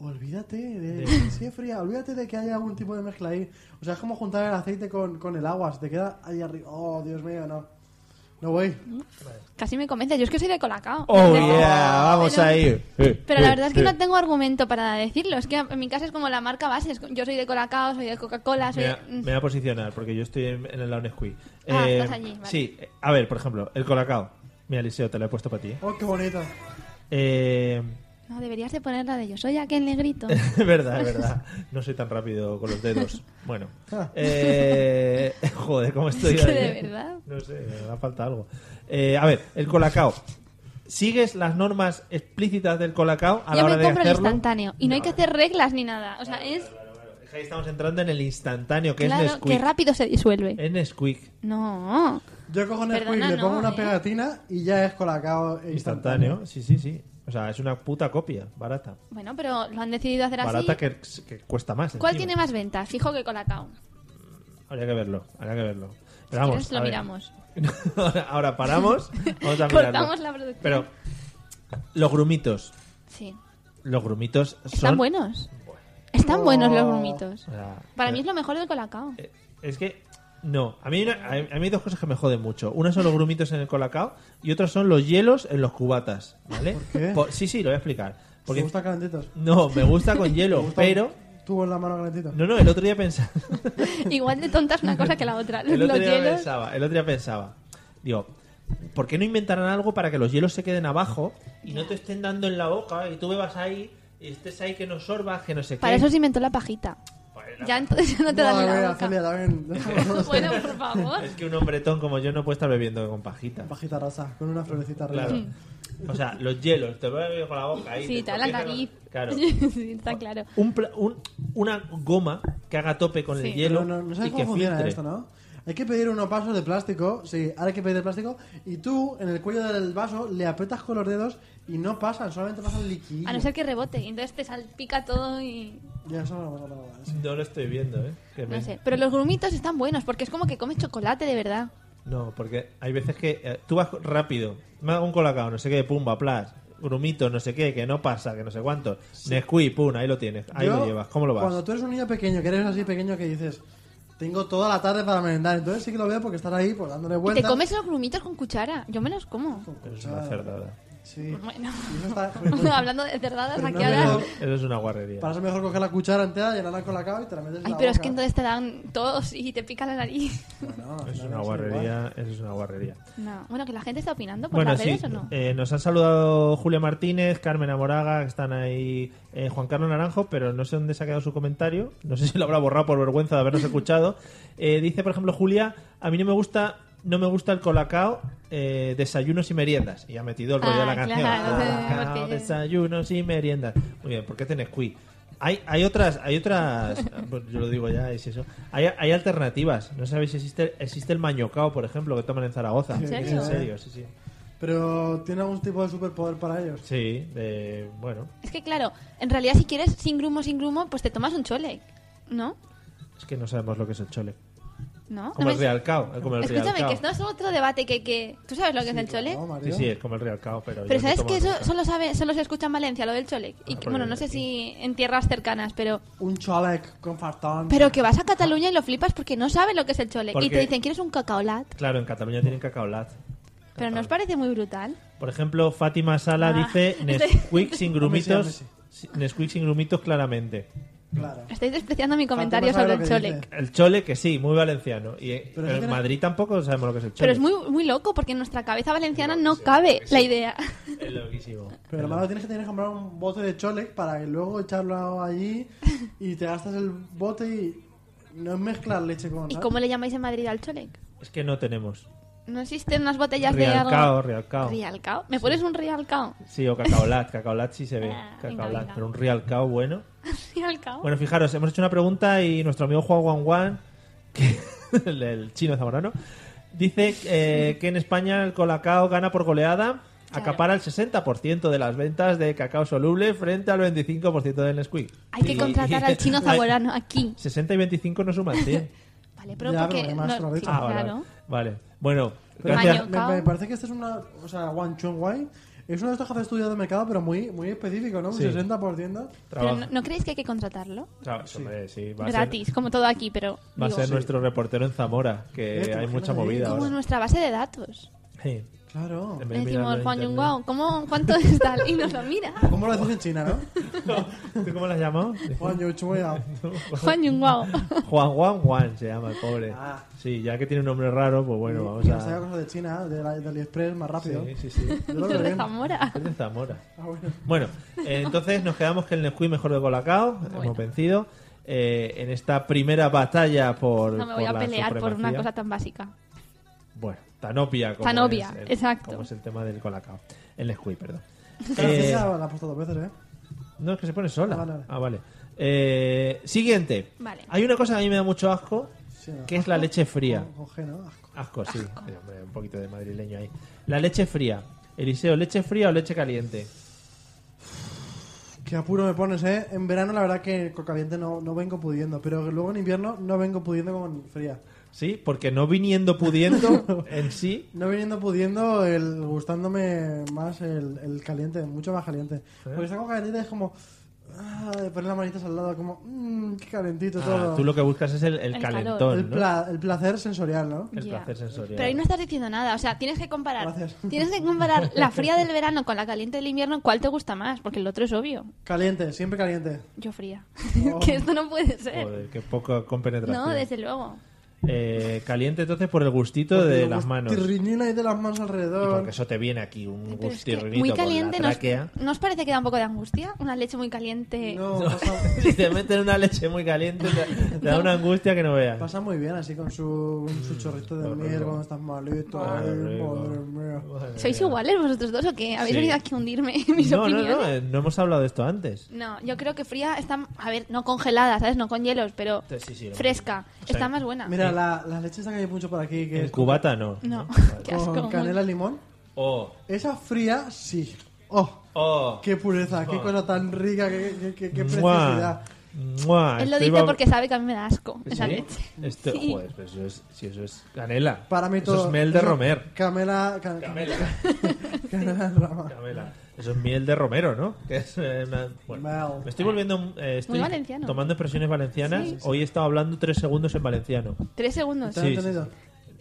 Speaker 2: olvídate de. Si es fría, olvídate de que haya algún tipo de mezcla ahí. O sea, es como juntar el aceite con, con el agua, se te queda ahí arriba. Oh, Dios mío, no. No voy.
Speaker 3: Casi me convence. Yo es que soy de Colacao.
Speaker 1: Oh, yeah, vamos
Speaker 3: Pero-
Speaker 1: ahí.
Speaker 3: Pero la verdad es que no tengo argumento para decirlo. Es que en mi casa es como la marca base. Es- Yo soy de Colacao, soy de Coca-Cola, soy
Speaker 1: Me voy a-
Speaker 3: de... mm,
Speaker 1: me voy a posicionar porque yo estoy en, en el lado Nesquik.
Speaker 3: Ah, estás allí, vale.
Speaker 1: Sí, eh, a ver, por ejemplo, el Colacao. Mira, Eliseo, te lo he puesto para ti.
Speaker 2: Oh, qué bonito.
Speaker 1: Eh,
Speaker 3: No, deberías de poner la de yo soy aquí en negrito.
Speaker 1: es verdad, es verdad. No soy tan rápido con los dedos. Bueno. eh, joder, ¿cómo estoy?
Speaker 3: Es que
Speaker 1: ahí?
Speaker 3: de verdad.
Speaker 1: No sé, me da falta algo. Eh, a ver, el colacao. ¿Sigues las normas explícitas del colacao a la
Speaker 3: Yo
Speaker 1: hora
Speaker 3: me
Speaker 1: de
Speaker 3: compro el
Speaker 1: hacerlo?
Speaker 3: instantáneo. Y no, hay que hacer reglas ni nada. O sea, es...
Speaker 1: Es que Ahí estamos entrando en el instantáneo, que es
Speaker 3: Claro,
Speaker 1: Nesquik. Eh.
Speaker 3: que rápido se disuelve.
Speaker 1: Es Nesquik.
Speaker 3: No.
Speaker 2: Yo cojo Nesquik,
Speaker 3: Perdona,
Speaker 2: le pongo
Speaker 3: no,
Speaker 2: una
Speaker 3: ¿eh?
Speaker 2: pegatina y ya es colacao e
Speaker 1: Instantáneo, sí, sí, sí. O sea, es una puta copia, barata.
Speaker 3: Bueno, pero lo han decidido hacer así.
Speaker 1: Barata que, que cuesta más.
Speaker 3: ¿Cuál
Speaker 1: encima.
Speaker 3: tiene más ventas? Fijo que Colacao.
Speaker 1: Habría que verlo, habría que verlo. Pero
Speaker 3: Si
Speaker 1: vamos,
Speaker 3: quieres, lo
Speaker 1: a ver.
Speaker 3: miramos.
Speaker 1: ahora, ahora paramos, vamos a mirarlo.
Speaker 3: Cortamos la producción.
Speaker 1: Pero los grumitos,
Speaker 3: Sí.
Speaker 1: los grumitos son...
Speaker 3: Están buenos. Están buenos los grumitos.
Speaker 1: O sea,
Speaker 3: Para
Speaker 1: eh,
Speaker 3: mí es lo mejor del colacao.
Speaker 1: eh, es que no, a mí, hay una- a mí- a mí hay dos cosas que me joden mucho. Una son los grumitos en el colacao y otra son los hielos en los cubatas, ¿vale? ¿Por
Speaker 2: qué?
Speaker 1: sí, sí, lo voy a explicar.
Speaker 2: Porque
Speaker 1: Porque
Speaker 2: gusta calentitos.
Speaker 1: no, me gusta con hielo,
Speaker 2: gusta
Speaker 1: pero
Speaker 2: Tuvo en la mano calentito.
Speaker 1: no, no, el otro día pensaba
Speaker 3: Igual de tontas una cosa que la otra.
Speaker 1: el otro
Speaker 3: los
Speaker 1: día
Speaker 3: hielos.
Speaker 1: pensaba, el otro día pensaba, digo, ¿por qué no inventarán algo para que los hielos se queden abajo y no te estén dando en la boca y tú bebas ahí y estés ahí que no sorbas, que no sé
Speaker 3: Para
Speaker 1: qué?
Speaker 3: eso se inventó la pajita.
Speaker 1: Pues la-
Speaker 3: Ya entonces ya no
Speaker 2: Madre
Speaker 3: te dan en
Speaker 2: mía,
Speaker 3: la
Speaker 2: Celia,
Speaker 3: boca.
Speaker 2: también.
Speaker 3: Bueno, por favor.
Speaker 1: Es que un hombretón como yo no puede estar bebiendo con pajita.
Speaker 2: Pajita rasa, con una florecita arriba.
Speaker 1: Claro. O sea, los hielos, te bebes con la boca ahí.
Speaker 3: Sí, te da la
Speaker 1: tropiezas
Speaker 3: nariz.
Speaker 1: con- Claro.
Speaker 3: Sí, está claro.
Speaker 1: Un pla- un- una goma que haga tope con el
Speaker 3: Sí.
Speaker 1: hielo
Speaker 2: Pero no, no
Speaker 1: y
Speaker 2: sabes
Speaker 1: que
Speaker 2: cómo funciona
Speaker 1: filtre.
Speaker 2: esto, ¿no? Hay que pedir unos vasos de plástico, sí, ahora hay que pedir de plástico, y tú en el cuello del vaso le aprietas con los dedos y no pasan, solamente pasan liquidillo.
Speaker 3: A no ser que rebote. y Entonces te salpica todo y...
Speaker 2: Ya, eso no, no, no, no, sí.
Speaker 1: No lo estoy viendo, ¿eh? Que me-
Speaker 3: No sé. Pero los grumitos están buenos porque es como que comes chocolate de verdad.
Speaker 1: No, porque hay veces que eh, tú vas rápido, me hago un colacao, no sé qué, pumba, plas, grumito, no sé qué, que no pasa, que no sé cuánto. Nesquí, pum, ahí lo tienes, ahí
Speaker 2: Yo,
Speaker 1: lo llevas, ¿cómo lo vas?
Speaker 2: Cuando tú eres un niño pequeño, que eres así pequeño, que dices, tengo toda la tarde para merendar, entonces sí que lo veo porque estar ahí, pues dándole
Speaker 3: Y
Speaker 2: vueltas.
Speaker 3: te comes los grumitos con cuchara. Yo me los como.
Speaker 1: Eso es una cerdada.
Speaker 2: Sí.
Speaker 3: Bueno.
Speaker 2: Y eso está-
Speaker 3: Hablando de cerdadas,
Speaker 2: Pero
Speaker 3: aquí
Speaker 2: no me
Speaker 3: ahora...
Speaker 2: lo-
Speaker 1: Eso es una guarrería.
Speaker 2: Para eso mejor coger la cuchara entera, llenarla con la cava y te la metes en
Speaker 3: Ay,
Speaker 2: la
Speaker 3: pero es
Speaker 2: boca.
Speaker 3: que entonces te dan tos y te pica la nariz.
Speaker 2: Bueno, al
Speaker 1: Es
Speaker 2: final
Speaker 1: una
Speaker 2: es igual.
Speaker 1: guarrería, eso es una guarrería.
Speaker 3: No. Bueno, que la gente está opinando por
Speaker 1: Bueno,
Speaker 3: las
Speaker 1: sí,
Speaker 3: redes o no.
Speaker 1: eh, nos han saludado Julia Martínez, Carmen Amoraga, que están ahí, eh, Juan Carlos Naranjo, pero no sé dónde se ha quedado su comentario, no sé si lo habrá borrado por vergüenza de habernos escuchado. Eh, dice, por ejemplo, Julia, a mí no me gusta no me gusta el colacao, eh, desayunos y meriendas. Y ha metido el rollo de
Speaker 3: Ah,
Speaker 1: la canción.
Speaker 3: claro,
Speaker 1: Colacao,
Speaker 3: porque-
Speaker 1: desayunos y meriendas. Muy bien, ¿por qué tenés cuí? Hay, hay otras, hay otras, pues yo lo digo ya, es eso. Hay, hay alternativas. No sabéis, existe, existe el mañocao, por ejemplo, que toman en Zaragoza.
Speaker 2: ¿En
Speaker 3: serio?
Speaker 1: En serio, sí, sí.
Speaker 2: Pero tiene algún tipo de superpoder para ellos.
Speaker 1: Sí, de, bueno,
Speaker 3: Es que claro, en realidad si quieres sin grumo, sin grumo, pues te tomas un chole, ¿no?
Speaker 1: es que no sabemos lo que es el chole.
Speaker 3: ¿No?
Speaker 1: Como
Speaker 3: ¿No
Speaker 1: el
Speaker 3: ves?
Speaker 1: Realcao, eh, como el
Speaker 3: Escúchame,
Speaker 1: Realcao.
Speaker 3: que esto es otro debate que... que... ¿Tú sabes lo que es el chole?
Speaker 2: No, Mario.
Speaker 1: Sí, sí, es como el Realcao, pero...
Speaker 3: pero
Speaker 1: yo no
Speaker 3: ¿sabes
Speaker 1: tomo
Speaker 3: que eso
Speaker 1: nunca.
Speaker 3: solo, sabe, solo se escucha en Valencia, lo del chole? Y
Speaker 1: Ah,
Speaker 3: que-
Speaker 1: por
Speaker 3: bueno,
Speaker 1: ahí,
Speaker 3: no sé
Speaker 1: aquí.
Speaker 3: si en tierras cercanas, pero...
Speaker 2: Un cholec con fartón.
Speaker 3: Pero que vas a Cataluña y lo flipas porque no sabes lo que es el chole.
Speaker 1: Porque-
Speaker 3: Y te dicen, ¿quieres un cacaolat?
Speaker 1: Claro, en Cataluña tienen cacaolat.
Speaker 3: Pero nos parece muy brutal.
Speaker 1: Por ejemplo, Fátima Sala
Speaker 3: Ah.
Speaker 1: dice Nesquik sin grumitos,
Speaker 2: Hombre,
Speaker 1: si- Nesquik sin grumitos claramente.
Speaker 2: Claro.
Speaker 3: Estáis despreciando mi comentario
Speaker 2: Fátima
Speaker 3: sobre
Speaker 2: sabe
Speaker 3: el
Speaker 2: lo que
Speaker 3: chole.
Speaker 2: dice.
Speaker 1: El chole, que sí, muy valenciano. Y eh,
Speaker 2: Pero
Speaker 1: pero
Speaker 2: es que
Speaker 1: en
Speaker 2: tiene-
Speaker 1: Madrid tampoco sabemos lo que es el chole.
Speaker 3: Pero es muy, muy loco porque en nuestra cabeza valenciana no cabe la idea.
Speaker 1: Es loquísimo.
Speaker 2: Pero hermano, tienes que tener que comprar un bote de cholec para que luego echarlo allí y te gastas el bote y... No es mezclar leche con...
Speaker 3: ¿Y cómo le llamáis en Madrid al cholec?
Speaker 1: Es que no tenemos.
Speaker 3: ¿No existen unas botellas de
Speaker 1: Rialcao,
Speaker 3: algo?
Speaker 1: Rialcao.
Speaker 3: Rialcao. ¿Me pones un Rialcao?
Speaker 1: Sí, o cacaolat. Cacaolat sí se ve.
Speaker 3: Ah, venga,
Speaker 1: Cacaolat.
Speaker 3: venga.
Speaker 1: Pero un Rialcao bueno.
Speaker 3: Rialcao.
Speaker 1: Bueno, fijaros, hemos hecho una pregunta y nuestro amigo Juan Juan Juan, que- el, el chino zamorano, dice eh, que en España el colacao gana por goleada, acapara el 60% de las ventas de cacao soluble frente al 25% del Nesquik.
Speaker 3: Hay que
Speaker 1: Y-
Speaker 3: contratar al chino zaborano aquí.
Speaker 1: 60 y 25 no suman 100.
Speaker 3: Vale, pero
Speaker 2: Ya,
Speaker 3: porque...
Speaker 2: pero además,
Speaker 3: no-
Speaker 2: lo has
Speaker 3: sí,
Speaker 2: dicho.
Speaker 1: Ah, vale,
Speaker 3: claro.
Speaker 1: vale. Bueno,
Speaker 2: Pero
Speaker 1: gracias.
Speaker 3: Maño.
Speaker 2: me, me parece que esta es una... O sea, Wang Chun Wai es una de estas que hace estudios de mercado, pero muy, muy específico, ¿no? Un
Speaker 1: Sí.
Speaker 2: 60%.
Speaker 3: Pero no,
Speaker 1: Trabaja.
Speaker 3: ¿no creéis que hay que contratarlo?
Speaker 1: Tra- hombre, sí, va a ser-
Speaker 3: Gratis, como todo aquí, pero...
Speaker 1: Va a
Speaker 3: digo,
Speaker 1: ser nuestro reportero en Zamora, que
Speaker 2: Eh, ¿te
Speaker 1: hay
Speaker 2: imaginas
Speaker 1: mucha
Speaker 2: ahí?
Speaker 1: movida
Speaker 3: como
Speaker 1: ahora.
Speaker 3: nuestra base de datos.
Speaker 1: Sí.
Speaker 2: Claro.
Speaker 1: En vez
Speaker 3: Le
Speaker 1: de mirarlo
Speaker 3: decimos,
Speaker 1: en
Speaker 3: Juan Yung
Speaker 1: internet.
Speaker 3: Guao, ¿cómo, ¿cuánto es tal? Y nos lo mira.
Speaker 2: ¿Cómo lo decís en China, no?
Speaker 1: ¿Tú cómo la has llamado?
Speaker 2: Wang ah. Chun Wai.
Speaker 3: Juan Yung Guao.
Speaker 1: Juan Juan Juan se llama el pobre.
Speaker 2: Ah.
Speaker 1: Sí, ya que tiene un nombre raro, pues bueno,
Speaker 2: Bueno,
Speaker 1: vamos
Speaker 2: vamos a...
Speaker 1: a.
Speaker 2: cosas de China, de, la, de AliExpress, más rápido.
Speaker 1: Sí, sí, sí.
Speaker 2: Yo lo
Speaker 3: Los
Speaker 2: veo
Speaker 3: de
Speaker 2: bien.
Speaker 3: Zamora.
Speaker 1: Es de Zamora.
Speaker 2: Ah, bueno.
Speaker 1: Bueno, eh, entonces nos quedamos que el Nesquik mejor de Colacao, hemos vencido. eh, en esta primera batalla por.
Speaker 3: No me voy
Speaker 1: por la
Speaker 3: a pelear por una
Speaker 1: supremacía.
Speaker 3: cosa tan básica.
Speaker 1: Bueno, tan obvia como.
Speaker 3: Tan
Speaker 1: es
Speaker 3: obvia,
Speaker 1: el-
Speaker 3: exacto.
Speaker 1: Como es el tema del Colacao. El Nesquik, perdón.
Speaker 2: Claro,
Speaker 1: Eh,
Speaker 2: esa la he puesto dos veces, ¿eh?
Speaker 1: No, es que se pone sola.
Speaker 2: Ah, vale, vale.
Speaker 1: Ah, vale. Eh, siguiente.
Speaker 3: Vale.
Speaker 1: Hay una cosa que a mí me da mucho asco,
Speaker 2: Sí, no. Oh,
Speaker 1: que es la leche fría.
Speaker 2: Con, con G, ¿no? Asco.
Speaker 1: Asco, sí. Eh, hombre, un poquito de madrileño ahí. La leche fría. Eliseo, ¿leche fría o leche caliente?
Speaker 2: Qué apuro me pones, ¿eh? En verano la verdad que con caliente no, no vengo pudiendo, pero luego en invierno no vengo pudiendo con fría.
Speaker 1: Sí, porque no viniendo pudiendo en sí.
Speaker 2: No viniendo pudiendo, el, gustándome más el, el caliente, mucho más caliente. Porque está con caliente es como... Ah, de poner las manitas al lado, como... Mmm, qué calentito
Speaker 1: Ah,
Speaker 2: todo.
Speaker 1: tú lo que buscas es el, el
Speaker 3: El calor.
Speaker 1: calentón,
Speaker 2: el,
Speaker 1: ¿no?
Speaker 2: pla- el placer sensorial, ¿no?
Speaker 1: El
Speaker 3: Ya.
Speaker 1: placer sensorial.
Speaker 3: Pero ahí no estás diciendo nada, o sea, tienes que comparar.
Speaker 2: Gracias.
Speaker 3: Tienes que comparar la fría del verano con la caliente del invierno, ¿cuál te gusta más? Porque el otro es obvio.
Speaker 2: Caliente, siempre caliente.
Speaker 3: Yo fría. que esto no puede ser.
Speaker 1: Oh. Joder, qué poca compenetración.
Speaker 3: no, desde luego.
Speaker 1: Eh, caliente entonces por el gustito de las manos. Y
Speaker 2: pues, Tirriñina y de las manos alrededor.
Speaker 1: porque eso te viene aquí, un
Speaker 3: Pero es que
Speaker 1: gustirrinito
Speaker 3: muy
Speaker 1: por la
Speaker 3: caliente, ¿no os,
Speaker 1: tráquea.
Speaker 3: ¿no os parece que da un poco de angustia? Una leche muy caliente.
Speaker 2: No, Pasa,
Speaker 1: si te meten una leche muy caliente, te, te da una angustia que no veas.
Speaker 2: pasa muy bien así con su, con su chorrito de
Speaker 1: Mm, Qué
Speaker 2: miel
Speaker 1: rico.
Speaker 2: cuando estás malito.
Speaker 1: Ah,
Speaker 2: Ay,
Speaker 1: rico.
Speaker 2: madre mía.
Speaker 1: Madre
Speaker 3: ¿Sois
Speaker 1: mía.
Speaker 3: iguales vosotros dos o qué? ¿Habéis
Speaker 1: Eh. Sí.
Speaker 3: venido aquí a hundirme en mis
Speaker 1: no, no,
Speaker 3: opiniones?
Speaker 1: no, eh, no hemos hablado de esto antes.
Speaker 3: No, yo creo que fría está, a ver, no congelada, ¿sabes? No con hielos, pero
Speaker 1: Sí, sí, sí, lo
Speaker 3: fresca.
Speaker 1: Sí.
Speaker 3: Está más buena.
Speaker 2: Mira, la, la leche esta que hay mucho por aquí, que
Speaker 1: En
Speaker 2: es con,
Speaker 1: cubata no.
Speaker 3: no, qué asco.
Speaker 2: con canela y limón.
Speaker 1: Oh,
Speaker 2: Esa fría, sí. ¡Oh!
Speaker 1: oh.
Speaker 2: ¡Qué pureza! ¡Qué cosa tan rica! ¡Qué, qué, qué- qué
Speaker 1: Mua,
Speaker 2: preciosidad!
Speaker 1: mua,
Speaker 3: Él lo
Speaker 1: esto
Speaker 3: dice
Speaker 1: iba-
Speaker 3: porque sabe que a mí me da asco esa
Speaker 1: Ah, ¿Sí?
Speaker 3: leche.
Speaker 1: Esto,
Speaker 3: Sí.
Speaker 1: joder, pero eso es, si eso es canela.
Speaker 2: Para mí
Speaker 1: eso
Speaker 2: todo.
Speaker 1: es miel de
Speaker 2: eso-
Speaker 1: romer.
Speaker 2: Camela. ca-
Speaker 1: Camela,
Speaker 2: Canela en rama.
Speaker 1: camela. Eso es miel de romero, ¿no? Que es, eh, una- bueno,
Speaker 2: Mel.
Speaker 1: me estoy volviendo. un- eh, estoy
Speaker 3: valenciano.
Speaker 1: tomando expresiones valencianas.
Speaker 3: Sí.
Speaker 1: Hoy he estado hablando tres segundos en valenciano.
Speaker 3: Tres segundos.
Speaker 2: ¿Te has
Speaker 1: Sí,
Speaker 2: entendido?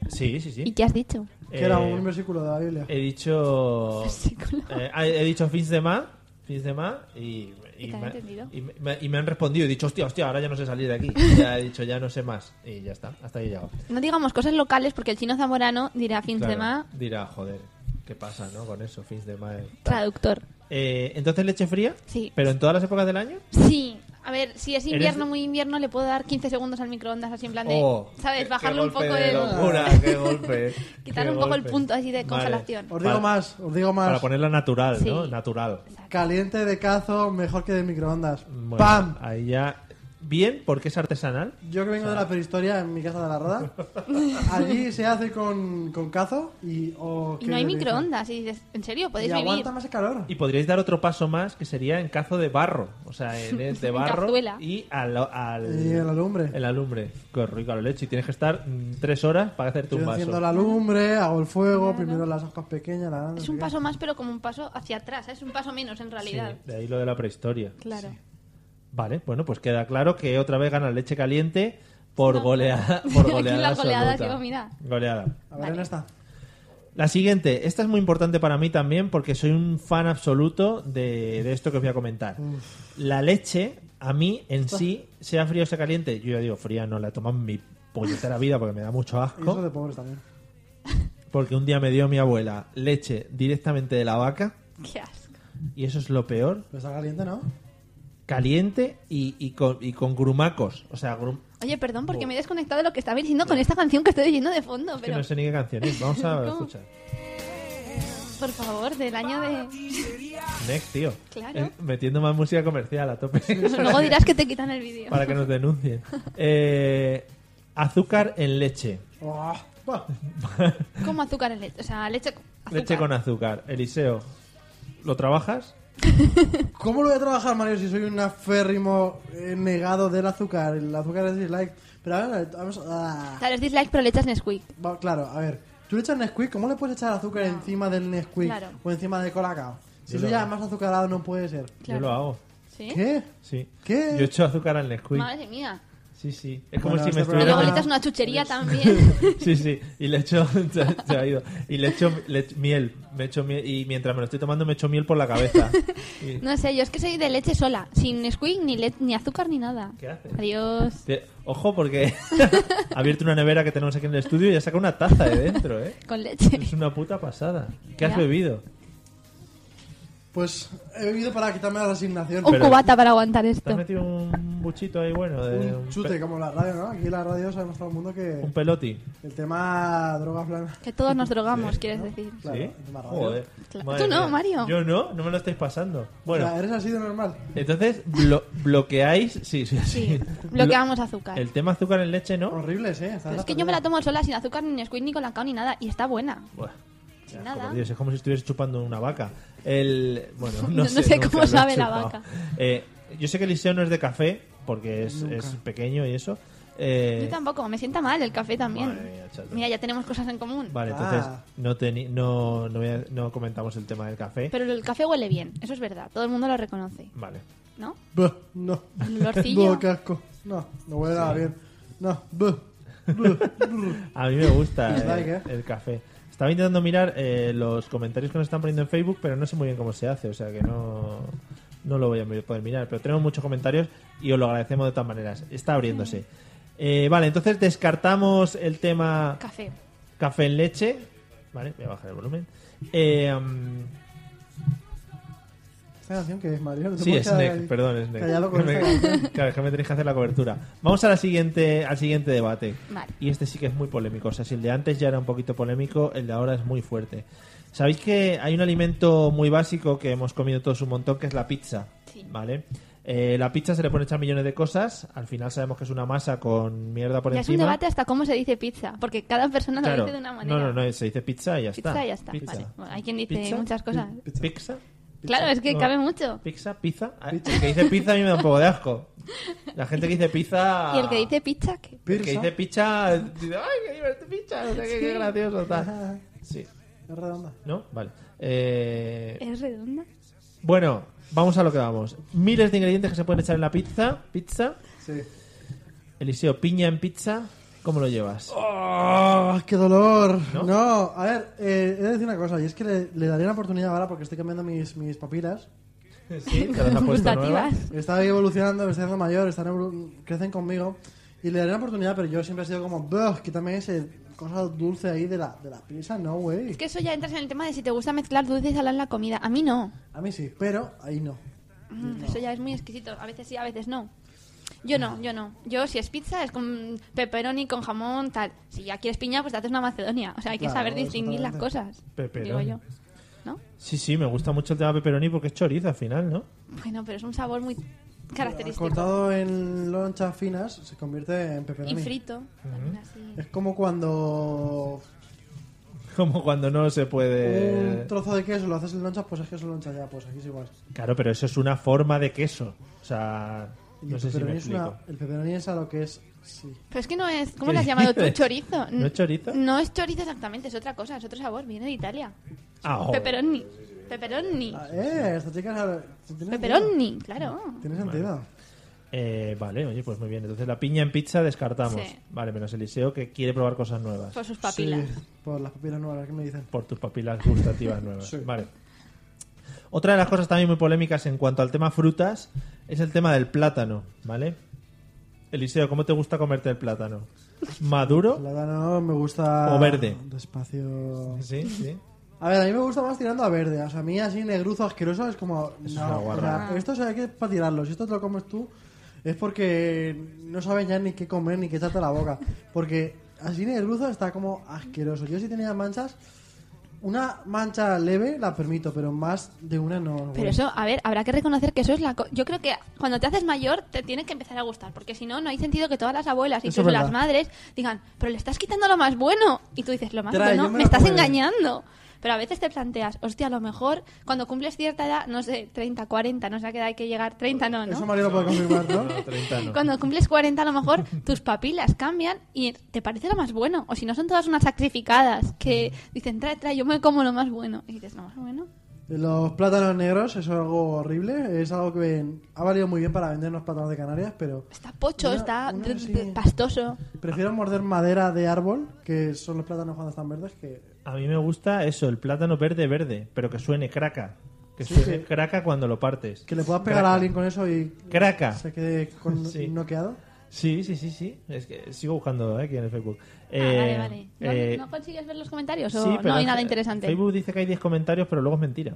Speaker 1: Sí, sí, sí.
Speaker 3: ¿Y qué has dicho?
Speaker 2: Que era
Speaker 1: Eh,
Speaker 2: un versículo de la Biblia.
Speaker 1: He dicho.
Speaker 3: Versículo.
Speaker 1: Eh, ah, he dicho fins de ma. Fins de ma. Y,
Speaker 3: ¿Y te han entendido?
Speaker 1: y me- y me han respondido. He dicho, hostia, hostia, ahora ya no sé salir de aquí. Ya he dicho, ya no sé más. Y ya está. Hasta ahí he llegado.
Speaker 3: No digamos cosas locales porque el chino zamorano dirá fin
Speaker 1: Claro,
Speaker 3: de más
Speaker 1: Dirá, joder, ¿qué pasa, no? Con eso, fins de ma. eh, tal.
Speaker 3: traductor.
Speaker 1: Eh, Entonces, leche fría.
Speaker 3: Sí.
Speaker 1: Pero en todas las épocas del año.
Speaker 3: Sí. A ver, si es invierno,
Speaker 1: Eres-
Speaker 3: muy invierno, le puedo dar 15 segundos al microondas, así en plan de,
Speaker 1: Oh, qué-
Speaker 3: ¿sabes?
Speaker 1: qué
Speaker 3: Bajarle un
Speaker 1: golpe
Speaker 3: poco
Speaker 1: de
Speaker 3: el...
Speaker 1: locura, qué golpe.
Speaker 3: Quitarle
Speaker 1: qué
Speaker 3: un poco el
Speaker 1: golpe.
Speaker 3: punto así de
Speaker 1: Vale.
Speaker 3: congelación.
Speaker 2: Os digo
Speaker 1: Para-
Speaker 2: más, os digo más.
Speaker 1: Para ponerla natural, ¿no?
Speaker 3: Sí.
Speaker 1: Natural.
Speaker 2: Caliente de cazo, mejor que de microondas.
Speaker 1: Bueno, ah,
Speaker 2: ¡Pam!
Speaker 1: Ahí ya. Bien, porque es artesanal.
Speaker 2: Yo que vengo de la prehistoria en mi casa de la Roda, allí se hace con, con cazo y... o
Speaker 3: Y
Speaker 2: qué
Speaker 3: no hay
Speaker 2: le dicen.
Speaker 3: microondas. Y dices, ¿en serio?
Speaker 2: Y
Speaker 3: ¿Podéis vivir?
Speaker 2: aguanta más el calor.
Speaker 1: Y podríais dar otro paso más que sería en cazo de barro, o sea, en el de barro
Speaker 3: cazuela.
Speaker 1: y al, al-
Speaker 2: Y en la lumbre.
Speaker 1: en la lumbre. Qué rico la leche. Y tienes que estar mm, tres horas para hacerte un
Speaker 2: Estoy
Speaker 1: vaso.
Speaker 2: haciendo la lumbre, hago el fuego, primero las hojas pequeñas, la
Speaker 3: Es un paso más, pero como un paso hacia atrás. Es un paso menos, en
Speaker 1: Sí,
Speaker 3: realidad.
Speaker 1: de ahí lo de la prehistoria.
Speaker 3: Claro.
Speaker 1: Vale, bueno, pues queda claro que otra vez gana leche caliente por goleada, por
Speaker 3: Aquí
Speaker 1: goleada
Speaker 3: la goleada
Speaker 1: absoluta.
Speaker 3: que va, mira.
Speaker 1: Goleada.
Speaker 2: A ver, en esta.
Speaker 1: La siguiente, esta es muy importante para mí también porque soy un fan absoluto de, de esto que os voy a comentar. La leche, a mí en sí, sea fría o sea caliente, yo ya digo fría, no la he tomado en mi puñetera vida porque me da mucho
Speaker 2: Y eso
Speaker 1: asco.
Speaker 2: de pobres también.
Speaker 1: Porque un día me dio mi abuela leche directamente de la vaca
Speaker 3: Qué asco.
Speaker 1: y eso es lo peor.
Speaker 2: Pero está caliente, Pues ¿no?
Speaker 1: caliente y, y con, y con grumacos. O sea, grum-
Speaker 3: Oye, perdón, porque me he desconectado de lo que estaba diciendo con esta canción que estoy oyendo de fondo,
Speaker 1: que
Speaker 3: pero
Speaker 1: no sé ni qué canción es. Vamos a
Speaker 3: ¿Cómo?
Speaker 1: escuchar.
Speaker 3: por favor, del año de...
Speaker 1: Next, tío.
Speaker 3: Claro.
Speaker 1: Eh, metiendo más música comercial a tope.
Speaker 3: Luego dirás que te quitan el vídeo.
Speaker 1: para que nos denuncien. Eh, azúcar en leche.
Speaker 2: Oh, buah.
Speaker 3: Como azúcar en leche, o sea, leche con azúcar.
Speaker 1: Leche con azúcar. Eliseo, ¿lo trabajas?
Speaker 2: ¿Cómo lo voy a trabajar, Mario, si soy un aférrimo eh, negado del azúcar? El azúcar es dislike. Pero a ver, vamos a...
Speaker 3: O sea, les dislike, pero le echas Nesquik.
Speaker 2: Va, claro, a ver. Tú le echas Nesquik, ¿cómo le puedes echar azúcar encima del Nesquik?
Speaker 3: Claro.
Speaker 2: O encima de Colacao. Si
Speaker 1: Yo
Speaker 2: eso
Speaker 1: lo
Speaker 2: ya
Speaker 1: hago.
Speaker 2: más azucarado no puede ser.
Speaker 3: Claro.
Speaker 1: Yo lo hago.
Speaker 3: ¿Sí?
Speaker 2: ¿Qué?
Speaker 1: Sí.
Speaker 2: ¿Qué?
Speaker 1: Yo echo azúcar al Nesquik.
Speaker 3: Madre mía.
Speaker 1: Sí, sí. Es como
Speaker 2: Bueno,
Speaker 1: si me
Speaker 2: este
Speaker 3: Y luego le
Speaker 2: programa-
Speaker 1: estuviera...
Speaker 3: echas una chuchería también.
Speaker 1: Sí, sí. Y le echo... se ha- se ha ido. Y le echo le echo miel. Me echo miel. Y mientras me lo estoy tomando me echo miel por la cabeza. Y-
Speaker 3: No sé, yo es que soy de leche sola, sin Nesquik, ni, le- ni azúcar, ni nada.
Speaker 1: ¿Qué haces?
Speaker 3: Adiós.
Speaker 1: Te- Ojo, porque ha abierto una nevera que tenemos aquí en el estudio y ha sacado una taza de dentro, ¿eh?
Speaker 3: Con leche.
Speaker 1: Es una puta pasada. ¿Qué has
Speaker 3: Ya.
Speaker 1: bebido?
Speaker 2: Pues he bebido para quitarme la resignación.
Speaker 3: Un
Speaker 1: Pero-
Speaker 3: cubata para aguantar
Speaker 1: ¿Te has
Speaker 3: esto.
Speaker 1: metido un buchito ahí bueno? De
Speaker 2: Un
Speaker 1: pe-
Speaker 2: chute, como la radio, ¿no? Aquí la radio sabemos todo el mundo que...
Speaker 1: un peloti.
Speaker 2: El tema droga plana.
Speaker 3: Que todos nos drogamos, quieres decir.
Speaker 2: Claro,
Speaker 1: ¿Sí?
Speaker 2: el tema radio.
Speaker 1: Joder.
Speaker 3: Claro.
Speaker 1: Madre
Speaker 3: Tú no,
Speaker 1: mía.
Speaker 3: Mario.
Speaker 1: Yo no, no me lo estáis pasando. Bueno,
Speaker 2: O sea, eres así de normal.
Speaker 1: entonces blo- bloqueáis. Sí, sí, sí.
Speaker 3: Sí, bloqueamos azúcar.
Speaker 1: El tema azúcar en leche, ¿no?
Speaker 2: Horribles, ¿eh? Estás
Speaker 3: Pero es que
Speaker 2: hasta
Speaker 3: yo me la
Speaker 2: arriba.
Speaker 3: tomo sola, sin azúcar, ni Nesquik, ni colacao, ni nada. Y está buena.
Speaker 1: Buah,
Speaker 3: Sin nada.
Speaker 1: por Dios, es como si estuvieras chupando una vaca. El, bueno, no,
Speaker 3: No sé
Speaker 1: nunca
Speaker 3: cómo
Speaker 1: lo he
Speaker 3: sabe la
Speaker 1: chupado.
Speaker 3: vaca.
Speaker 1: Eh, yo sé que Eliseo no es de café, porque es, es pequeño y eso. Eh,
Speaker 3: Yo tampoco, me sienta mal el café también.
Speaker 1: Madre mía, chato.
Speaker 3: Mira, ya tenemos cosas en común.
Speaker 1: Vale,
Speaker 2: Ah.
Speaker 1: entonces no, teni- no, no, voy a- no comentamos el tema del café.
Speaker 3: Pero el café huele bien, eso es verdad. Todo el mundo lo reconoce,
Speaker 1: Vale.
Speaker 3: ¿no?
Speaker 2: Buh, no.
Speaker 3: El olorcillo.
Speaker 2: Buh, qué asco. No, no huele nada bien. No, buh, buh, brr.
Speaker 1: A mí me gusta
Speaker 2: Dislike,
Speaker 1: eh,
Speaker 2: ¿eh?
Speaker 1: el, café. Estaba intentando mirar eh, los comentarios que nos están poniendo en Facebook, pero no sé muy bien cómo se hace, o sea que no, no lo voy a mi- poder mirar. Pero tenemos muchos comentarios y os lo agradecemos de todas maneras. Está abriéndose. Eh, vale, entonces descartamos el tema
Speaker 3: Café.
Speaker 1: café en leche. Vale, voy a bajar el volumen. Eh, um,
Speaker 2: ¿Esta canción que es, Mario? ¿No te
Speaker 1: sí,
Speaker 2: puedes
Speaker 1: es
Speaker 2: quedar
Speaker 1: Nick,
Speaker 2: ahí?
Speaker 1: perdón, es Nick.
Speaker 2: Callado con esta canción.
Speaker 1: Claro, es que me tenéis que hacer la cobertura. Vamos a la siguiente, al siguiente debate.
Speaker 3: Vale.
Speaker 1: Y este sí que es muy polémico. O sea, si el de antes ya era un poquito polémico, el de ahora es muy fuerte. Sabéis que hay un alimento muy básico que hemos comido todos un montón, que es la pizza.
Speaker 3: Sí.
Speaker 1: ¿Vale? Eh, la pizza se le pone echar millones de cosas. Al final sabemos que es una masa con mierda por
Speaker 3: Ya es un
Speaker 1: encima.
Speaker 3: debate hasta cómo se dice pizza, porque cada persona lo
Speaker 1: Claro.
Speaker 3: dice de una manera.
Speaker 1: No, no, no, se dice pizza y ya
Speaker 3: Pizza
Speaker 1: está.
Speaker 3: y ya está.
Speaker 1: Pizza.
Speaker 3: Vale. Bueno, hay quien dice
Speaker 1: Pizza.
Speaker 3: muchas cosas.
Speaker 2: Pizza.
Speaker 1: Pizza.
Speaker 3: Claro, es que
Speaker 1: No.
Speaker 3: cabe mucho.
Speaker 1: Pizza, pizza. Ah, El que dice pizza a mí me da un poco de asco. La gente que dice pizza.
Speaker 3: Y el que dice pizza, ¿qué?
Speaker 1: El que
Speaker 2: Pirsa.
Speaker 1: dice pizza. dice, ¡Ay, qué divertido pizza! No sé qué, qué gracioso tal. Sí.
Speaker 2: Es redonda.
Speaker 1: ¿No? Vale. Eh,
Speaker 3: ¿Es redonda?
Speaker 1: bueno, vamos a lo que vamos. Miles de ingredientes que se pueden echar en la pizza. Pizza.
Speaker 2: Sí.
Speaker 1: Eliseo, piña en pizza. ¿Cómo lo llevas?
Speaker 2: ¡Ah, qué dolor!
Speaker 1: ¿No?
Speaker 2: ¿No? a ver, eh, he de decir una cosa, y es que le, le daría una oportunidad ahora porque estoy cambiando mis, mis papilas.
Speaker 1: Sí, te las has puesto nuevas.
Speaker 3: Gustativas.
Speaker 2: Estaba ahí evolucionando, me estoy haciendo mayor, están evolu- crecen conmigo. Y le daré una oportunidad, pero yo siempre he sido como, "Buf, quítame ese cosa dulce ahí de la, de la pizza, no, güey.
Speaker 3: Es que eso ya entras en el tema de si te gusta mezclar dulce y salada en la comida. A mí no.
Speaker 2: A mí sí, pero ahí no.
Speaker 3: Mm, Eso ya es muy exquisito. A veces sí, a veces no. Yo no, yo no. Yo si es pizza es con pepperoni, con jamón, tal. Si ya quieres piña, pues te haces una macedonia. O sea, hay que
Speaker 2: Claro,
Speaker 3: saber distinguir las cosas.
Speaker 1: Pepperoni.
Speaker 3: Digo yo. ¿No?
Speaker 1: Sí, sí, me gusta mucho el tema pepperoni porque es chorizo al final, ¿no?
Speaker 3: Bueno, pero es un sabor muy característico.
Speaker 2: Cortado en lonchas finas, se convierte en
Speaker 3: Y
Speaker 2: pepperoni.
Speaker 3: frito. también así.
Speaker 2: Es como cuando
Speaker 1: Como cuando no se puede.
Speaker 2: un trozo de queso lo haces en lonchas, pues es queso en loncha ya, pues aquí es igual.
Speaker 1: Claro, pero eso es una forma de queso. O sea,
Speaker 2: Y
Speaker 1: no
Speaker 2: el
Speaker 1: sé si me
Speaker 2: pepperoni es una-
Speaker 1: explico.
Speaker 2: el pepperoni es a lo que es, sí.
Speaker 3: Pero es que no es. ¿Cómo
Speaker 1: ¿Qué
Speaker 3: lo has llamado tú?
Speaker 1: dices?
Speaker 3: Chorizo.
Speaker 1: ¿No es chorizo?
Speaker 3: No es chorizo exactamente, es otra cosa, es otro sabor. Viene de Italia.
Speaker 1: Ah, joder.
Speaker 3: Pepperoni. Pepperoni.
Speaker 2: Ah, eh, esta chica sabe- tiene sentido.
Speaker 3: Pepperoni, claro.
Speaker 2: Tiene sentido.
Speaker 1: Eh, vale, oye, pues muy bien. Entonces la piña en pizza descartamos.
Speaker 3: Sí. Pues-
Speaker 1: Vale, menos Eliseo que quiere probar cosas nuevas.
Speaker 3: Por sus papilas.
Speaker 2: Sí, por las papilas nuevas, ¿qué me dicen?
Speaker 1: Por tus papilas gustativas nuevas.
Speaker 2: Sí.
Speaker 1: Vale. Otra de las cosas también muy polémicas en cuanto al tema frutas es el tema del plátano, ¿vale? Eliseo, ¿cómo te gusta comerte el plátano? ¿Maduro?
Speaker 2: Plátano me gusta.
Speaker 1: O verde.
Speaker 2: Despacio.
Speaker 1: Sí, sí.
Speaker 2: A ver, a mí me gusta más tirando a verde. O sea, a mí así negruzo asqueroso es como.
Speaker 1: Es
Speaker 2: no,
Speaker 1: una
Speaker 2: o
Speaker 1: guarra.
Speaker 2: sea, esto es que para tirarlo. Si esto te lo comes tú, es porque no sabes ya ni qué comer ni qué echarte a la boca. Porque así negruzo está como asqueroso. Yo si tenía manchas. Una mancha leve la permito, pero más de una no.
Speaker 3: Pero
Speaker 2: bueno.
Speaker 3: eso, a ver, habrá que reconocer que eso es la... co- Yo creo que cuando te haces mayor te tiene que empezar a gustar, porque si no, no hay sentido que todas las abuelas,
Speaker 2: Eso es
Speaker 3: incluso las
Speaker 2: verdad.
Speaker 3: madres, digan, pero le estás quitando lo más bueno. Y tú dices, lo más
Speaker 2: Tra,
Speaker 3: bueno,
Speaker 2: yo me
Speaker 3: me,
Speaker 2: lo
Speaker 3: estás
Speaker 2: comeré.
Speaker 3: engañando. Pero a veces te planteas, hostia, a lo mejor cuando cumples cierta edad, no sé, 30, 40, no sé a qué edad hay que llegar, 30 no, ¿no?
Speaker 2: Eso María lo puede confirmar, ¿no?
Speaker 1: No, 30 no.
Speaker 3: Cuando cumples 40 a lo mejor tus papilas cambian y te parece lo más bueno. O si no son todas unas sacrificadas que dicen, trae, trae, yo me como lo más bueno. Y dices, lo más bueno.
Speaker 2: Los plátanos negros, eso es algo horrible. Es algo que ha valido muy bien para vendernos plátanos de Canarias, pero
Speaker 3: Está pocho,
Speaker 2: Una-
Speaker 3: está
Speaker 2: una
Speaker 3: d-
Speaker 2: sí.
Speaker 3: d- pastoso.
Speaker 2: prefiero morder madera de árbol, que son los plátanos cuando están verdes, que
Speaker 1: A mí me gusta eso, el plátano verde verde, pero que suene craca. Que
Speaker 2: Sí,
Speaker 1: suene
Speaker 2: sí.
Speaker 1: craca cuando lo partes.
Speaker 2: Que le puedas pegar
Speaker 1: Craca.
Speaker 2: a alguien con eso y
Speaker 1: Craca.
Speaker 2: se quede con
Speaker 1: Sí.
Speaker 2: noqueado.
Speaker 1: Sí, sí, sí, sí. Es que sigo buscando eh, aquí en el Facebook.
Speaker 3: ah,
Speaker 1: Eh,
Speaker 3: vale, vale. ¿No,
Speaker 1: eh,
Speaker 3: no consigues ver los comentarios
Speaker 1: sí,
Speaker 3: o
Speaker 1: pero
Speaker 3: no hay
Speaker 1: en-
Speaker 3: nada interesante?
Speaker 1: Facebook dice que hay 10 comentarios, pero luego es mentira.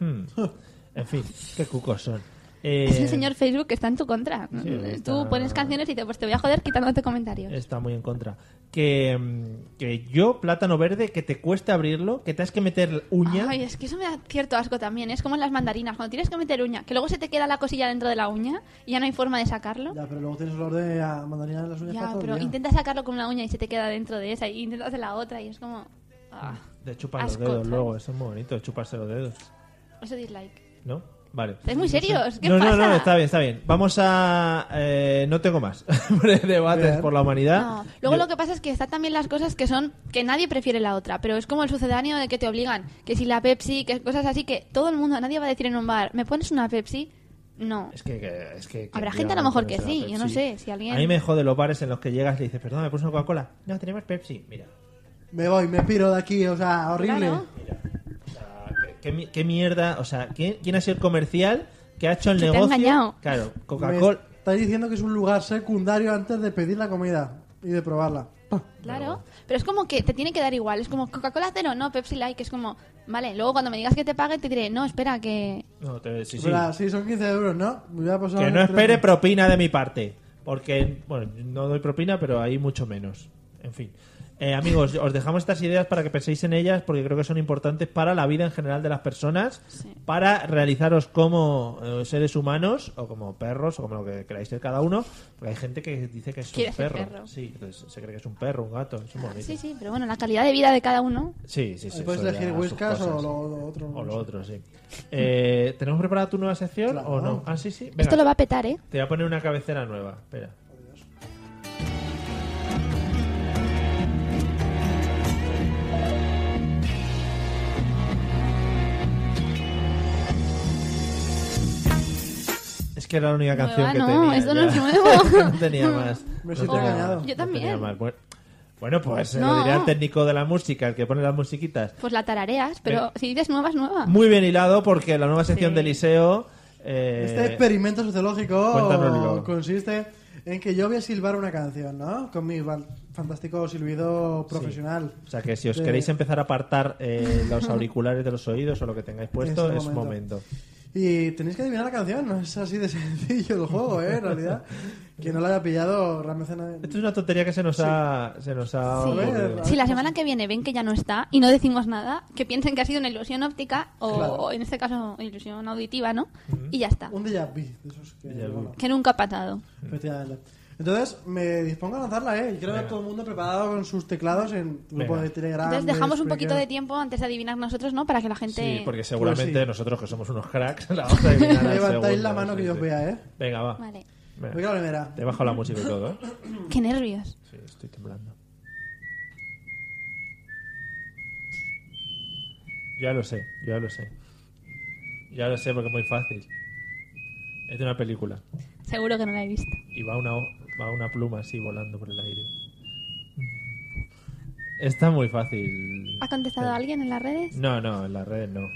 Speaker 1: Hmm. En fin, qué cucos son. Eh,
Speaker 3: Es el señor Facebook que está en tu contra.
Speaker 1: Sí,
Speaker 3: Tú
Speaker 1: está-
Speaker 3: pones canciones y dices, pues te voy a joder quitándote comentarios.
Speaker 1: Está muy en contra. Que, mm, que yo, plátano verde, que te cueste abrirlo, que te has que meter uña.
Speaker 3: Ay, es que eso me da cierto asco también. ¿eh? Es como en las mandarinas, cuando tienes que meter uña, que luego se te queda la cosilla dentro de la uña y ya no hay forma de sacarlo.
Speaker 2: Ya, pero luego tienes olor de a mandarina en las uñas para
Speaker 3: Ya,
Speaker 2: todo el
Speaker 3: pero
Speaker 2: día.
Speaker 3: intentas sacarlo con una uña y se te queda dentro de esa y intentas de la otra y es como... ah,
Speaker 1: de chupar los
Speaker 3: asco,
Speaker 1: dedos
Speaker 3: ¿sabes?
Speaker 1: luego, eso es muy bonito, chuparse los dedos.
Speaker 3: Eso dislike.
Speaker 1: ¿No? Vale.
Speaker 3: ¿Estáis muy serios? ¿Qué
Speaker 1: no,
Speaker 3: pasa?
Speaker 1: no, no, está bien, está bien. Vamos a. eh, no tengo más. Debates
Speaker 2: Bien.
Speaker 1: por la humanidad.
Speaker 3: No. Luego
Speaker 1: Yo-
Speaker 3: lo que pasa es que están también las cosas que son que nadie prefiere la otra, pero es como el sucedáneo de que te obligan, que si la Pepsi, que cosas así que todo el mundo, nadie va a decir en un bar, ¿me pones una Pepsi? No.
Speaker 1: Es que, que- es que, que
Speaker 3: Habrá
Speaker 1: yo
Speaker 3: gente a lo mejor
Speaker 1: no
Speaker 3: que
Speaker 1: sé,
Speaker 3: sí,
Speaker 1: la
Speaker 3: yo no
Speaker 1: Pepsi.
Speaker 3: sé, si alguien-
Speaker 1: A mí me jode los bares en los que llegas y le dices, perdón, me puse una Coca-Cola. No, tenemos Pepsi. Mira,
Speaker 2: Me voy, me piro de aquí, o sea, horrible.
Speaker 3: Claro.
Speaker 1: o sea, Ah, ¿qué- ¿qué, mi- qué mierda? O sea, ¿quién, quién ha sido el comercial que ha hecho el
Speaker 3: Que te ha
Speaker 1: negocio?
Speaker 3: engañado.
Speaker 1: Claro, Coca-Cola.
Speaker 2: Me Estás diciendo que es un lugar secundario antes de pedir la comida y de probarla.
Speaker 3: Claro, pero es como que te tiene que dar igual, es como Coca-Cola cero, no, Pepsi Light, que es como, vale, luego cuando me digas que te pague te diré, no, espera, que...
Speaker 1: No, te- sí, sí.
Speaker 2: Espera, sí, son 15 euros, ¿no? Me voy a pasar
Speaker 1: Que no
Speaker 2: un-
Speaker 1: espere propina de mi parte. Porque, bueno, no doy propina, pero hay mucho menos. En fin. Eh, amigos, os dejamos estas ideas para que penséis en ellas porque creo que son importantes para la vida en general de las personas,
Speaker 3: Sí.
Speaker 1: para realizaros como eh, seres humanos o como perros o como lo que queráis ser cada uno, porque hay gente que dice que es
Speaker 3: Quiere
Speaker 1: un
Speaker 3: ser
Speaker 1: perro.
Speaker 3: perro.
Speaker 1: Sí, entonces se cree que es un perro, un gato, es un bonito.
Speaker 3: Sí, sí, pero bueno, la calidad de vida de cada uno.
Speaker 1: Sí, sí, sí,
Speaker 2: Puedes
Speaker 1: eso ya
Speaker 2: elegir
Speaker 1: sus
Speaker 2: Whiskas o
Speaker 1: cosas.
Speaker 2: lo, lo otro.
Speaker 1: O
Speaker 2: no
Speaker 1: lo
Speaker 2: sé.
Speaker 1: otro, sí. Eh, ¿Tenemos preparada tu nueva sección
Speaker 2: Claro.
Speaker 1: o no? Ah, sí, sí. Venga.
Speaker 3: Esto lo va a petar, ¿eh?
Speaker 1: Te voy a poner una cabecera nueva, espera. Es que era la única
Speaker 3: Nueva,
Speaker 1: canción que
Speaker 3: no,
Speaker 1: tenía.
Speaker 3: esto
Speaker 1: ya.
Speaker 3: no es nuevo.
Speaker 1: no tenía más.
Speaker 2: Me
Speaker 1: No
Speaker 2: siento
Speaker 1: tenía
Speaker 2: engañado.
Speaker 1: más,
Speaker 3: Yo
Speaker 1: no tenía
Speaker 3: también.
Speaker 1: más. Bueno, Bueno, pues se lo
Speaker 3: No.
Speaker 1: diré al técnico de la música, el que pone las musiquitas.
Speaker 3: Pues la tarareas, pero
Speaker 1: Venga.
Speaker 3: si dices nueva, es nueva.
Speaker 1: Muy bien hilado porque la nueva sección
Speaker 3: Sí.
Speaker 1: de Liceo... eh,
Speaker 2: Este experimento sociológico
Speaker 1: cuéntanoslo.
Speaker 2: consiste en que yo voy a silbar una canción, ¿no? Con mi val- fantástico silbido profesional.
Speaker 1: O sea que si os
Speaker 2: De-
Speaker 1: queréis empezar a apartar eh, los auriculares de los oídos o lo que tengáis puesto,
Speaker 2: Este
Speaker 1: es momento.
Speaker 2: momento. Y tenéis que adivinar la canción, no es así de sencillo el juego, ¿eh? En realidad, quien no la haya pillado, realmente no-
Speaker 1: Esto es una tontería que se nos ha, se nos ha
Speaker 3: Sí.
Speaker 1: ocurrido.
Speaker 3: Si la semana que viene ven que ya no está y no decimos nada, que piensen que ha sido una ilusión óptica o, o en este caso ilusión auditiva, ¿no? Y ya está.
Speaker 2: Un déjà vu, de esos que...
Speaker 1: Déjà vu.
Speaker 2: bueno,
Speaker 3: Que nunca ha pasado.
Speaker 1: Ah,
Speaker 2: efectivamente. Entonces, me dispongo a lanzarla, ¿eh? Y creo que todo el mundo preparado con sus teclados en tu grupo
Speaker 1: Venga.
Speaker 2: de Telegram.
Speaker 3: Entonces
Speaker 2: de
Speaker 3: dejamos un poquito
Speaker 2: Spreaker.
Speaker 3: de tiempo antes de adivinar nosotros, ¿no? Para que la gente...
Speaker 1: Sí, porque seguramente
Speaker 2: Pues sí.
Speaker 1: nosotros que somos unos cracks la vamos a adivinar al
Speaker 2: Levantáis
Speaker 1: segundo,
Speaker 2: la mano
Speaker 1: sí,
Speaker 2: que yo os
Speaker 1: sí.
Speaker 2: vea, ¿eh?
Speaker 1: Venga, va.
Speaker 3: Vale.
Speaker 1: Venga.
Speaker 2: Voy con la primera.
Speaker 1: Te bajo la música y todo, ¿eh?
Speaker 3: Qué nervios.
Speaker 1: Sí, estoy temblando. Ya lo sé, ya lo sé. Ya lo sé porque es muy fácil. Es de una película.
Speaker 3: Seguro que no la he visto.
Speaker 1: Y va una, ho- va una pluma así volando por el aire. Está muy fácil.
Speaker 3: ¿Ha contestado alguien en las redes?
Speaker 1: No, no, en las redes no.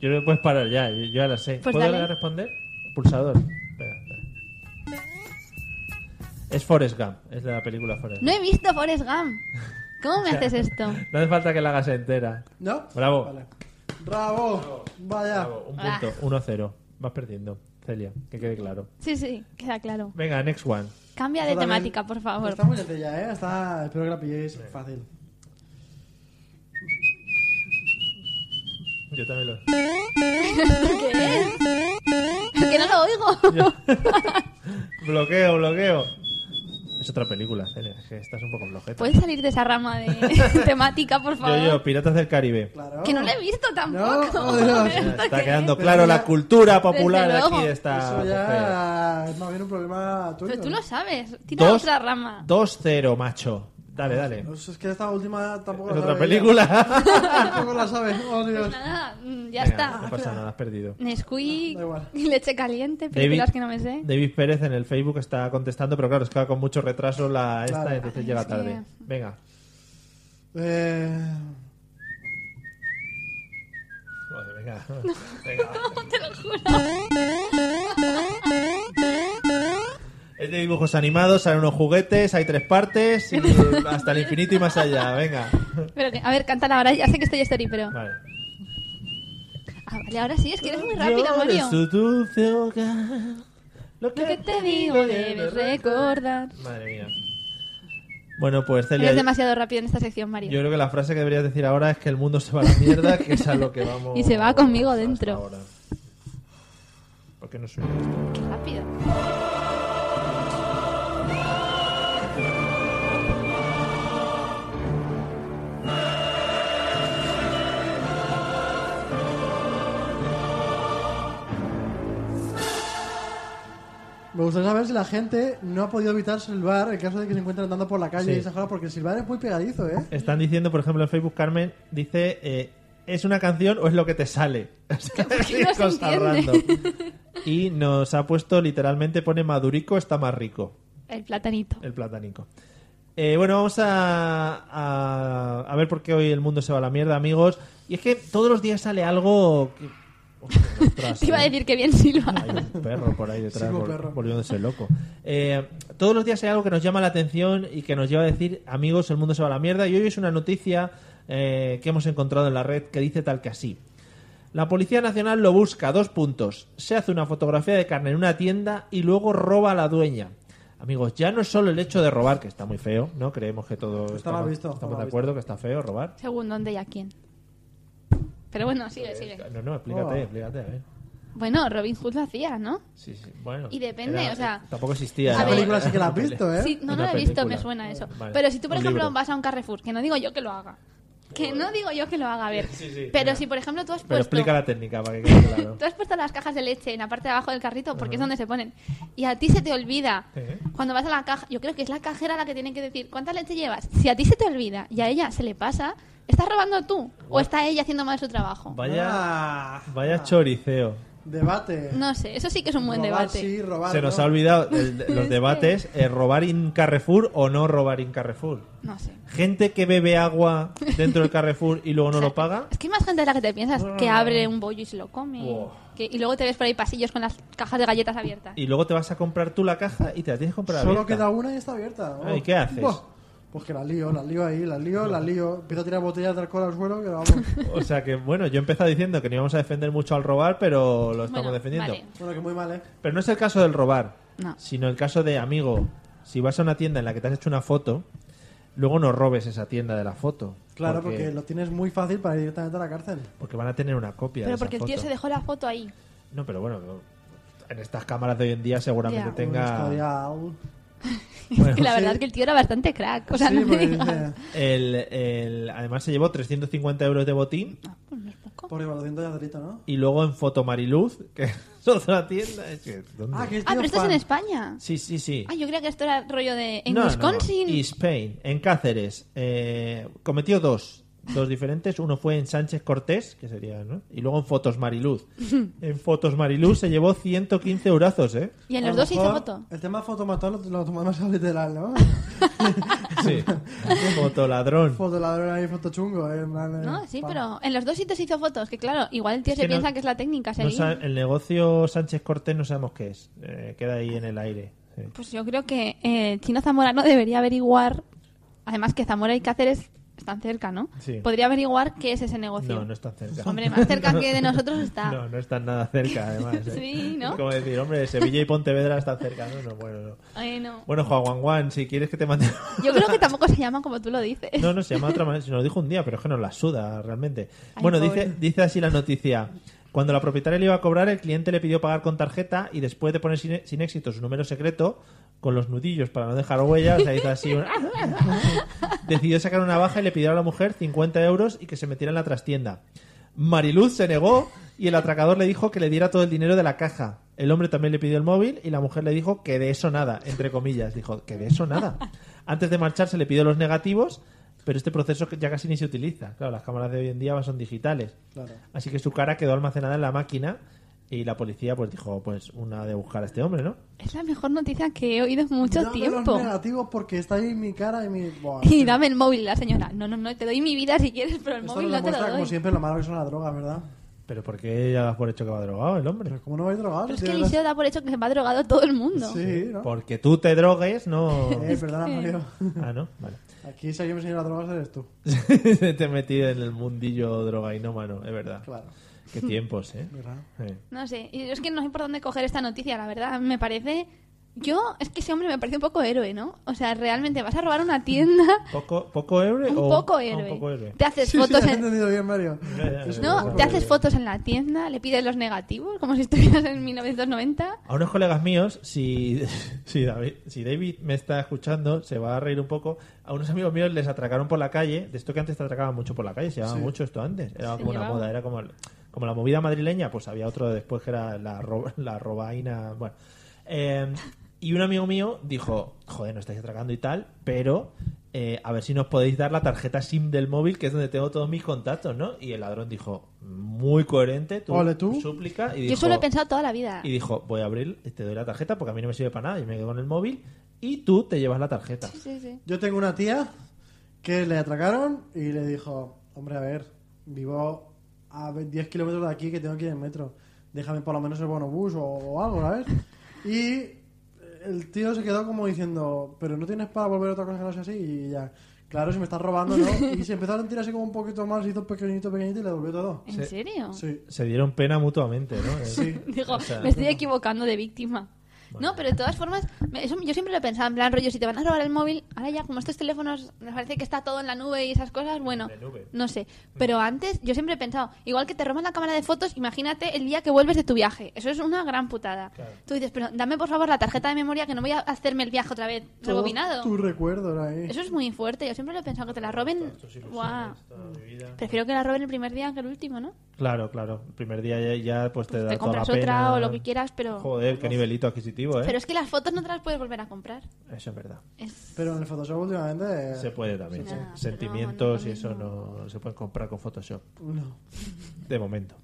Speaker 1: Yo no puedes parar ya, yo yo ya la sé.
Speaker 3: Pues
Speaker 1: ¿Puedo
Speaker 3: dale.
Speaker 1: darle a responder? Pulsador. Espera, espera. Es Forrest Gump, es de la película Forrest
Speaker 3: No
Speaker 1: Gump.
Speaker 3: he visto Forrest Gump. ¿Cómo me haces esto?
Speaker 1: No hace falta que la hagas entera.
Speaker 2: ¿No?
Speaker 1: Bravo.
Speaker 2: Vale. Bravo. Vaya.
Speaker 1: Bravo, Un
Speaker 3: Ah.
Speaker 1: punto, 1-0. Vas perdiendo, Celia, que quede claro.
Speaker 3: Sí, sí, queda claro.
Speaker 1: Venga, next one.
Speaker 3: Cambia de
Speaker 2: Esto también
Speaker 3: temática, por favor.
Speaker 2: Está muy sencilla, ¿eh? Está... Espero que la pilléis fácil.
Speaker 1: Yo también lo.
Speaker 3: que no lo oigo.
Speaker 1: bloqueo, bloqueo. Es otra película, Celia. es que estás un poco flojeta.
Speaker 3: ¿Puedes salir de esa rama de temática, por favor?
Speaker 1: yo, yo, Piratas del Caribe.
Speaker 2: Claro.
Speaker 3: Que no lo he visto tampoco.
Speaker 2: No, Dios.
Speaker 3: ¿Esto
Speaker 1: Está
Speaker 3: qué
Speaker 1: quedando
Speaker 2: es?
Speaker 1: claro
Speaker 2: Pero
Speaker 1: la
Speaker 2: ya-
Speaker 1: cultura popular
Speaker 3: Desde
Speaker 1: aquí
Speaker 3: luego.
Speaker 1: de esta
Speaker 2: Eso
Speaker 1: mujer.
Speaker 2: ya es más bien un problema tuyo.
Speaker 3: Pero tú
Speaker 2: ¿no?
Speaker 3: lo sabes. Tira
Speaker 1: Dos-
Speaker 3: otra rama.
Speaker 1: 2-0, macho. Dale, dale.
Speaker 2: No, Pues Es que esta última tampoco
Speaker 1: Es
Speaker 2: la
Speaker 1: otra
Speaker 2: sabe
Speaker 1: película.
Speaker 2: ella. tampoco la sabe. Oh, Dios.
Speaker 3: Nada, mm, ya
Speaker 1: Venga, No
Speaker 3: está.
Speaker 1: pasa nada, has perdido.
Speaker 3: Nesquik,
Speaker 2: Da igual.
Speaker 3: leche caliente, películas que no me sé.
Speaker 1: David Pérez en el Facebook está contestando, pero claro, es que va con mucho retraso la esta,
Speaker 2: Claro.
Speaker 1: entonces llega
Speaker 3: es que-
Speaker 1: tarde. Venga.
Speaker 2: Eh,
Speaker 1: Joder, venga. Venga.
Speaker 3: Te lo juro.
Speaker 1: Es de dibujos animados, hay unos juguetes, hay tres partes, y hasta el infinito y más allá. Venga.
Speaker 3: Pero que- a ver, cántala ahora. Ya sé que estoy story, pero.
Speaker 1: Vale.
Speaker 3: Ah, vale, ahora sí, es que eres muy rápido, Mario.
Speaker 1: Su dulce hogar, lo
Speaker 3: Lo que te digo debes recordar.
Speaker 1: Madre mía. Bueno, pues Celia,
Speaker 3: Eres demasiado rápido en esta sección, Mario.
Speaker 1: yo creo que la frase que deberías decir ahora es que el mundo se va a la mierda, que es a lo que vamos.
Speaker 3: Y se va conmigo
Speaker 1: hasta
Speaker 3: dentro.
Speaker 1: ahora. ¿Por qué no suena esto?
Speaker 3: Qué rápido.
Speaker 2: me gustaría saber si la gente no ha podido evitar silbar en caso de que se encuentren andando por la calle
Speaker 1: Sí.
Speaker 2: y esas cosas, porque silbar es muy pegadizo, ¿eh?
Speaker 1: Están diciendo, por ejemplo, en Facebook, Carmen dice: eh, ¿es una canción o es lo que te sale?
Speaker 3: qué no se
Speaker 1: Cosas
Speaker 3: entiende?
Speaker 1: random. Y nos ha puesto literalmente: pone Madurico está más rico.
Speaker 3: El platanito.
Speaker 1: El platánico. Eh, bueno, vamos a, a, a ver por qué hoy el mundo se va a la mierda, amigos. Y es que todos los días sale algo... que- Ostras,
Speaker 3: Te iba a
Speaker 1: eh.
Speaker 3: decir que bien silba.
Speaker 1: Hay un perro por ahí detrás
Speaker 2: Sí, un
Speaker 1: vol-
Speaker 2: perro.
Speaker 1: volviéndose loco. Eh, todos los días hay algo que nos llama la atención y que nos lleva a decir, amigos, el mundo se va a la mierda. Y hoy es una noticia eh, que hemos encontrado en la red que dice tal que así. La Policía Nacional lo busca, dos puntos. Se hace una fotografía de carne en una tienda y luego roba a la dueña. Amigos, ya no es solo el hecho de robar, que está muy feo, ¿no? Creemos que todo... estamos-
Speaker 2: mal visto, está
Speaker 1: Estamos
Speaker 2: mal
Speaker 1: de acuerdo que está feo robar.
Speaker 3: Según dónde y a quién. Pero bueno, sigue, sigue.
Speaker 1: No, no, explícate,
Speaker 2: Oh.
Speaker 1: explícate, a ver.
Speaker 3: Bueno, Robin Hood lo hacía, ¿no?
Speaker 1: Sí, sí, bueno.
Speaker 3: Y depende, o sea,
Speaker 1: Tampoco existía.
Speaker 3: A
Speaker 2: Esa
Speaker 1: era-
Speaker 3: ver.
Speaker 2: película sí que la has visto, ¿eh?
Speaker 3: Sí, no,
Speaker 1: Una
Speaker 3: no lo he visto,
Speaker 1: película.
Speaker 3: me suena eso.
Speaker 1: Vale.
Speaker 3: Pero si tú, por
Speaker 1: Un
Speaker 3: ejemplo,
Speaker 1: libro.
Speaker 3: vas a un Carrefour, que no digo yo que lo haga. Que no digo yo que lo haga, a ver.
Speaker 1: Sí, sí,
Speaker 3: pero
Speaker 1: mira.
Speaker 3: si, por ejemplo, tú has
Speaker 1: Pero
Speaker 3: puesto...
Speaker 1: explica la técnica para que quede claro.
Speaker 3: Tú has puesto las cajas de leche en la parte de abajo del carrito porque es donde se ponen. Y a ti se te olvida.
Speaker 1: Sí.
Speaker 3: Cuando vas a la caja, yo creo que es la cajera la que tiene que decir cuánta leche llevas. Si a ti se te olvida y a ella se le pasa, ¿estás robando tú? ¿O está ella haciendo mal su trabajo?
Speaker 1: Vaya,
Speaker 2: Ah,
Speaker 1: vaya choriceo.
Speaker 2: Debate.
Speaker 3: No sé, eso sí que es un buen
Speaker 2: Robar
Speaker 3: debate.
Speaker 2: sí, robar
Speaker 1: Se nos
Speaker 2: no.
Speaker 1: ha olvidado el- los debates, eh, robar en Carrefour o no robar en Carrefour.
Speaker 3: No sé.
Speaker 1: Gente que bebe agua dentro del Carrefour y luego no lo paga.
Speaker 3: Es que hay más gente de la que te piensas que abre un bollo y se lo come.
Speaker 1: Wow.
Speaker 3: Que- y luego te ves por ahí pasillos con las cajas de galletas abiertas.
Speaker 1: Y luego te vas a comprar tú la caja y te la tienes que comprar
Speaker 2: Solo
Speaker 1: abierta.
Speaker 2: queda una y está abierta. Oh.
Speaker 1: Ah, ¿y qué haces?
Speaker 2: Buah. Pues que la lío, la lío ahí, la lío, la lío. Empiezo a tirar botellas de alcohol al suelo, que vamos.
Speaker 1: O sea que, bueno, yo he empezado diciendo que no íbamos a defender mucho al robar, pero lo estamos
Speaker 3: Bueno,
Speaker 1: defendiendo.
Speaker 3: vale.
Speaker 2: bueno, que muy mal, ¿eh?
Speaker 1: Pero no es el caso del robar,
Speaker 3: No.
Speaker 1: sino el caso de, amigo, si vas a una tienda en la que te has hecho una foto, luego no robes esa tienda de la foto.
Speaker 2: Claro, porque... lo tienes muy fácil para ir directamente a la cárcel.
Speaker 1: porque van a tener una copia. de
Speaker 3: Pero
Speaker 1: esa
Speaker 3: porque el tío
Speaker 1: foto.
Speaker 3: se dejó la foto ahí.
Speaker 1: No, pero bueno, en estas cámaras de hoy en día seguramente
Speaker 3: Ya.
Speaker 1: tenga...
Speaker 2: Un
Speaker 1: Bueno,
Speaker 3: Y la verdad
Speaker 2: Sí.
Speaker 3: es que el tío era bastante crack. O sea,
Speaker 2: sí,
Speaker 3: no me
Speaker 2: porque
Speaker 3: digas.
Speaker 2: dice,
Speaker 1: el- el- además se llevó 350 euros de botín
Speaker 3: Ah, pues muy poco.
Speaker 2: por igual, de acerito, ¿no?
Speaker 1: y luego en Foto Mariluz, que es otra tienda... es que, ¿dónde?
Speaker 2: Ah, que es
Speaker 3: Ah, pero
Speaker 2: tío
Speaker 3: esto es
Speaker 2: fan.
Speaker 3: en España.
Speaker 1: Sí, sí, sí.
Speaker 3: Ah, yo creía que esto era rollo de. En
Speaker 1: No, no,
Speaker 3: Wisconsin.
Speaker 1: Y Spain, en Cáceres. eh, cometió dos. Dos diferentes. Uno fue en Sánchez Cortés, que sería, ¿no? Y luego en Fotos Mariluz. En Fotos Mariluz se llevó 115 eurazos, ¿eh?
Speaker 3: Y en
Speaker 2: A
Speaker 3: los
Speaker 2: lo
Speaker 3: dos se hizo
Speaker 2: mejor
Speaker 3: foto.
Speaker 2: El tema fotomatón lo, lo tomamos más literal, ¿no?
Speaker 1: Sí. Fotoladrón.
Speaker 2: Fotoladrón ahí, fotochungo, ¿eh? En plan, eh,
Speaker 3: No, sí,
Speaker 2: fan.
Speaker 3: pero en los dos sitios se hizo fotos. Que claro, igual el tío
Speaker 1: Es
Speaker 3: se
Speaker 1: que no-
Speaker 3: piensa que es la técnica.
Speaker 1: No
Speaker 3: sería.
Speaker 1: sa- el negocio Sánchez Cortés no sabemos qué es. Eh, queda ahí en el aire. sí.
Speaker 3: Pues yo creo que eh, Chino Zamorano debería averiguar Además que Zamora y Cáceres están cerca, ¿no?
Speaker 1: Sí.
Speaker 3: Podría averiguar qué es ese negocio.
Speaker 1: No, no están cerca.
Speaker 3: Hombre, más cerca que de nosotros está.
Speaker 1: No, no están nada cerca, además. ¿eh?
Speaker 3: Sí, ¿no?
Speaker 1: Es como decir, hombre, Sevilla y Pontevedra están cerca. No, no, bueno, no.
Speaker 3: Ay, no.
Speaker 1: Bueno, Juan Juan Juan, si quieres que te mande...
Speaker 3: Yo creo que tampoco se llama como tú lo dices.
Speaker 1: No, no, se llama de otra manera. Se nos lo dijo un día, pero es que nos la suda realmente.
Speaker 3: Ay,
Speaker 1: bueno,
Speaker 3: pobre.
Speaker 1: dice, dice así la noticia. Cuando la propietaria le iba a cobrar, el cliente le pidió pagar con tarjeta y después de poner sin, sin éxito su número secreto, con los nudillos para no dejar huellas, o sea, hizo así un- ¡ah! decidió sacar una baja y le pidió a la mujer 50 euros y que se metiera en la trastienda. Mariluz se negó y el atracador le dijo que le diera todo el dinero de la caja. El hombre también le pidió el móvil y la mujer le dijo que de eso nada, entre comillas. Dijo que de eso nada. Antes de marcharse le pidió los negativos, pero este proceso que ya casi ni se utiliza. Claro, las cámaras de hoy en día son digitales.
Speaker 2: Claro.
Speaker 1: Así que su cara quedó almacenada en la máquina y la policía pues dijo, pues una de buscar a este hombre, ¿no?
Speaker 3: Es la mejor noticia que he oído en mucho
Speaker 2: Dame
Speaker 3: tiempo.
Speaker 2: los negativos porque está ahí mi cara y mi... Buah,
Speaker 3: Y dame el móvil, la señora. No, no, no, te doy mi vida si quieres, pero el
Speaker 2: esto
Speaker 3: móvil
Speaker 2: nos
Speaker 3: no te lo
Speaker 2: demuestra,
Speaker 3: doy.
Speaker 2: como siempre, lo malo que son las drogas, ¿verdad?
Speaker 1: Pero ¿por qué ya das por hecho que va drogado el hombre?
Speaker 2: Pero como no vais drogados...
Speaker 3: Pero es que
Speaker 2: tío,
Speaker 3: Eliseo da por hecho que se va drogado todo el mundo.
Speaker 2: Sí, ¿no?
Speaker 1: Porque tú te drogues, no...
Speaker 2: Eh, perdona, Mario.
Speaker 1: Ah, ¿no? Vale.
Speaker 2: Aquí si alguien me enseña las drogas eres tú.
Speaker 1: te he metido en el mundillo drogainómano, es verdad.
Speaker 2: Claro.
Speaker 1: Qué tiempos, ¿eh?
Speaker 2: ¿Verdad?
Speaker 1: Eh.
Speaker 3: No sé, y es que no sé por dónde coger esta noticia, la verdad. Me parece. Yo, es que ese hombre me parece un poco héroe, ¿no? O sea, realmente vas a robar una tienda.
Speaker 1: ¿Poco, poco héroe
Speaker 3: Un
Speaker 1: o...?
Speaker 3: poco
Speaker 1: ah,
Speaker 3: héroe.
Speaker 1: un poco héroe.
Speaker 3: Te haces
Speaker 2: Sí, sí,
Speaker 3: fotos
Speaker 2: has
Speaker 3: en.
Speaker 2: entendido bien, Mario.
Speaker 1: Ya, ya, ya.
Speaker 2: Es un
Speaker 3: No,
Speaker 2: poco
Speaker 3: te
Speaker 2: héroe.
Speaker 3: haces fotos en la tienda, le pides los negativos, como si estuvieras en 1990.
Speaker 1: A unos colegas míos, si, si, David, si David me está escuchando, se va a reír un poco. A unos amigos míos les atracaron por la calle, de esto que antes te atracaban mucho por la calle, se llevaba
Speaker 2: Sí.
Speaker 1: mucho esto antes, era
Speaker 3: Se
Speaker 1: como una
Speaker 3: llevaba.
Speaker 1: moda, era como, como la movida madrileña, pues había otro después que era la, ro- la robaina, bueno. Eh, y un amigo mío dijo, joder, no estáis atracando y tal, pero eh, a ver si nos podéis dar la tarjeta SIM del móvil, que es donde tengo todos mis contactos, ¿no? Y el ladrón dijo, muy coherente, tú,
Speaker 2: Ole, tú.
Speaker 1: súplica. Y
Speaker 3: Yo
Speaker 1: dijo,
Speaker 3: eso lo he pensado toda la vida.
Speaker 1: y dijo, voy a abrir, te doy la tarjeta porque a mí no me sirve para nada. Y me quedo con el móvil y tú te llevas la tarjeta.
Speaker 3: Sí, sí, sí.
Speaker 2: Yo tengo una tía que le atracaron y le dijo, hombre, a ver, vivo a ve- 10 kilómetros de aquí que tengo que ir en metro. Déjame por lo menos el bonobús o, o algo, ¿sabes? Y el tío se quedó como diciendo, pero no tienes para volver otra cosa que no sea así. Y ya, claro, si me estás robando, ¿no? Y se empezaron a tirarse como un poquito más, se hizo pequeñito, pequeñito y le devolvió todo.
Speaker 3: ¿En
Speaker 1: Se-
Speaker 3: serio?
Speaker 2: Sí.
Speaker 1: Se dieron pena mutuamente, ¿no?
Speaker 2: Sí.
Speaker 3: Digo,
Speaker 1: O sea,
Speaker 3: me estoy equivocando de víctima. No, pero de todas formas, me- eso yo siempre lo he pensado, en plan rollo, si te van a robar el móvil, ahora ya como estos teléfonos, me parece que está todo en la nube y esas cosas, bueno,
Speaker 1: La nube.
Speaker 3: no sé. Pero antes yo siempre he pensado, igual que te roban la cámara de fotos, imagínate el día que vuelves de tu viaje, eso es una gran putada.
Speaker 1: Claro.
Speaker 3: Tú dices, pero dame por favor la tarjeta de memoria que no voy a hacerme el viaje otra vez rebobinado.
Speaker 2: Tus recuerdos ahí.
Speaker 3: Eso es muy fuerte, yo siempre lo he pensado, que te la roben... Guau. Prefiero que la roben el primer día que el último, ¿no?
Speaker 1: Claro, claro. El primer día ya, ya, pues te da
Speaker 3: Te
Speaker 1: toda la
Speaker 3: compras otra
Speaker 1: pena.
Speaker 3: o lo que quieras, pero...
Speaker 1: Joder, qué nivelito adquisitivo, ¿eh?
Speaker 3: Pero es que las fotos no te las puedes volver a comprar.
Speaker 1: Eso es verdad.
Speaker 3: Es-
Speaker 2: Pero en el Photoshop últimamente... eh,
Speaker 1: Se puede también.
Speaker 3: Sí,
Speaker 1: sí.
Speaker 3: no, pero
Speaker 1: Sentimientos
Speaker 3: no,
Speaker 1: y
Speaker 3: no,
Speaker 1: eso
Speaker 3: no.
Speaker 1: no se pueden comprar con Photoshop.
Speaker 2: No.
Speaker 1: De momento.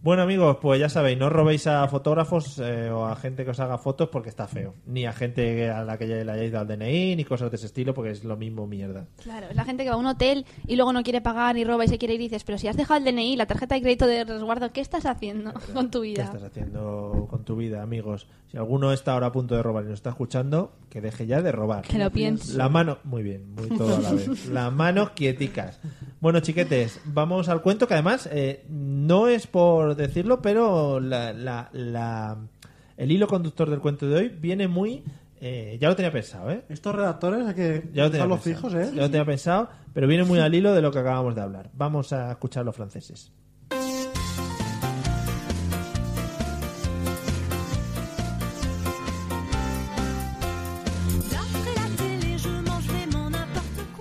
Speaker 1: Bueno amigos, pues ya sabéis, no robéis a fotógrafos eh, o a gente que os haga fotos porque está feo. Ni a gente a la que ya le hayáis dado el DNI, ni cosas de ese estilo porque es lo mismo mierda.
Speaker 3: Claro, es la gente que va a un hotel y luego no quiere pagar y roba y se quiere ir y dices, pero si has dejado el DNI, la tarjeta de crédito de resguardo, ¿qué estás haciendo con tu
Speaker 1: ¿Qué
Speaker 3: vida?
Speaker 1: estás haciendo con tu vida, amigos? Si alguno está ahora a punto de robar y nos está escuchando, que deje ya de robar.
Speaker 3: Que lo piense.
Speaker 1: La mano, muy bien, muy todo a la vez. Las manos quieticas. Bueno, chiquetes, vamos al cuento que además eh, no es por decirlo, pero la, la- la- el hilo conductor del cuento de hoy viene muy. eh, ya lo tenía pensado, ¿eh?
Speaker 2: Estos redactores hay que
Speaker 1: Ya lo tenía
Speaker 2: usar los
Speaker 1: pensado.
Speaker 2: fijos, ¿eh?
Speaker 1: Ya lo tenía pensado, pero viene muy al hilo de lo que acabamos de hablar. Vamos a escuchar los franceses.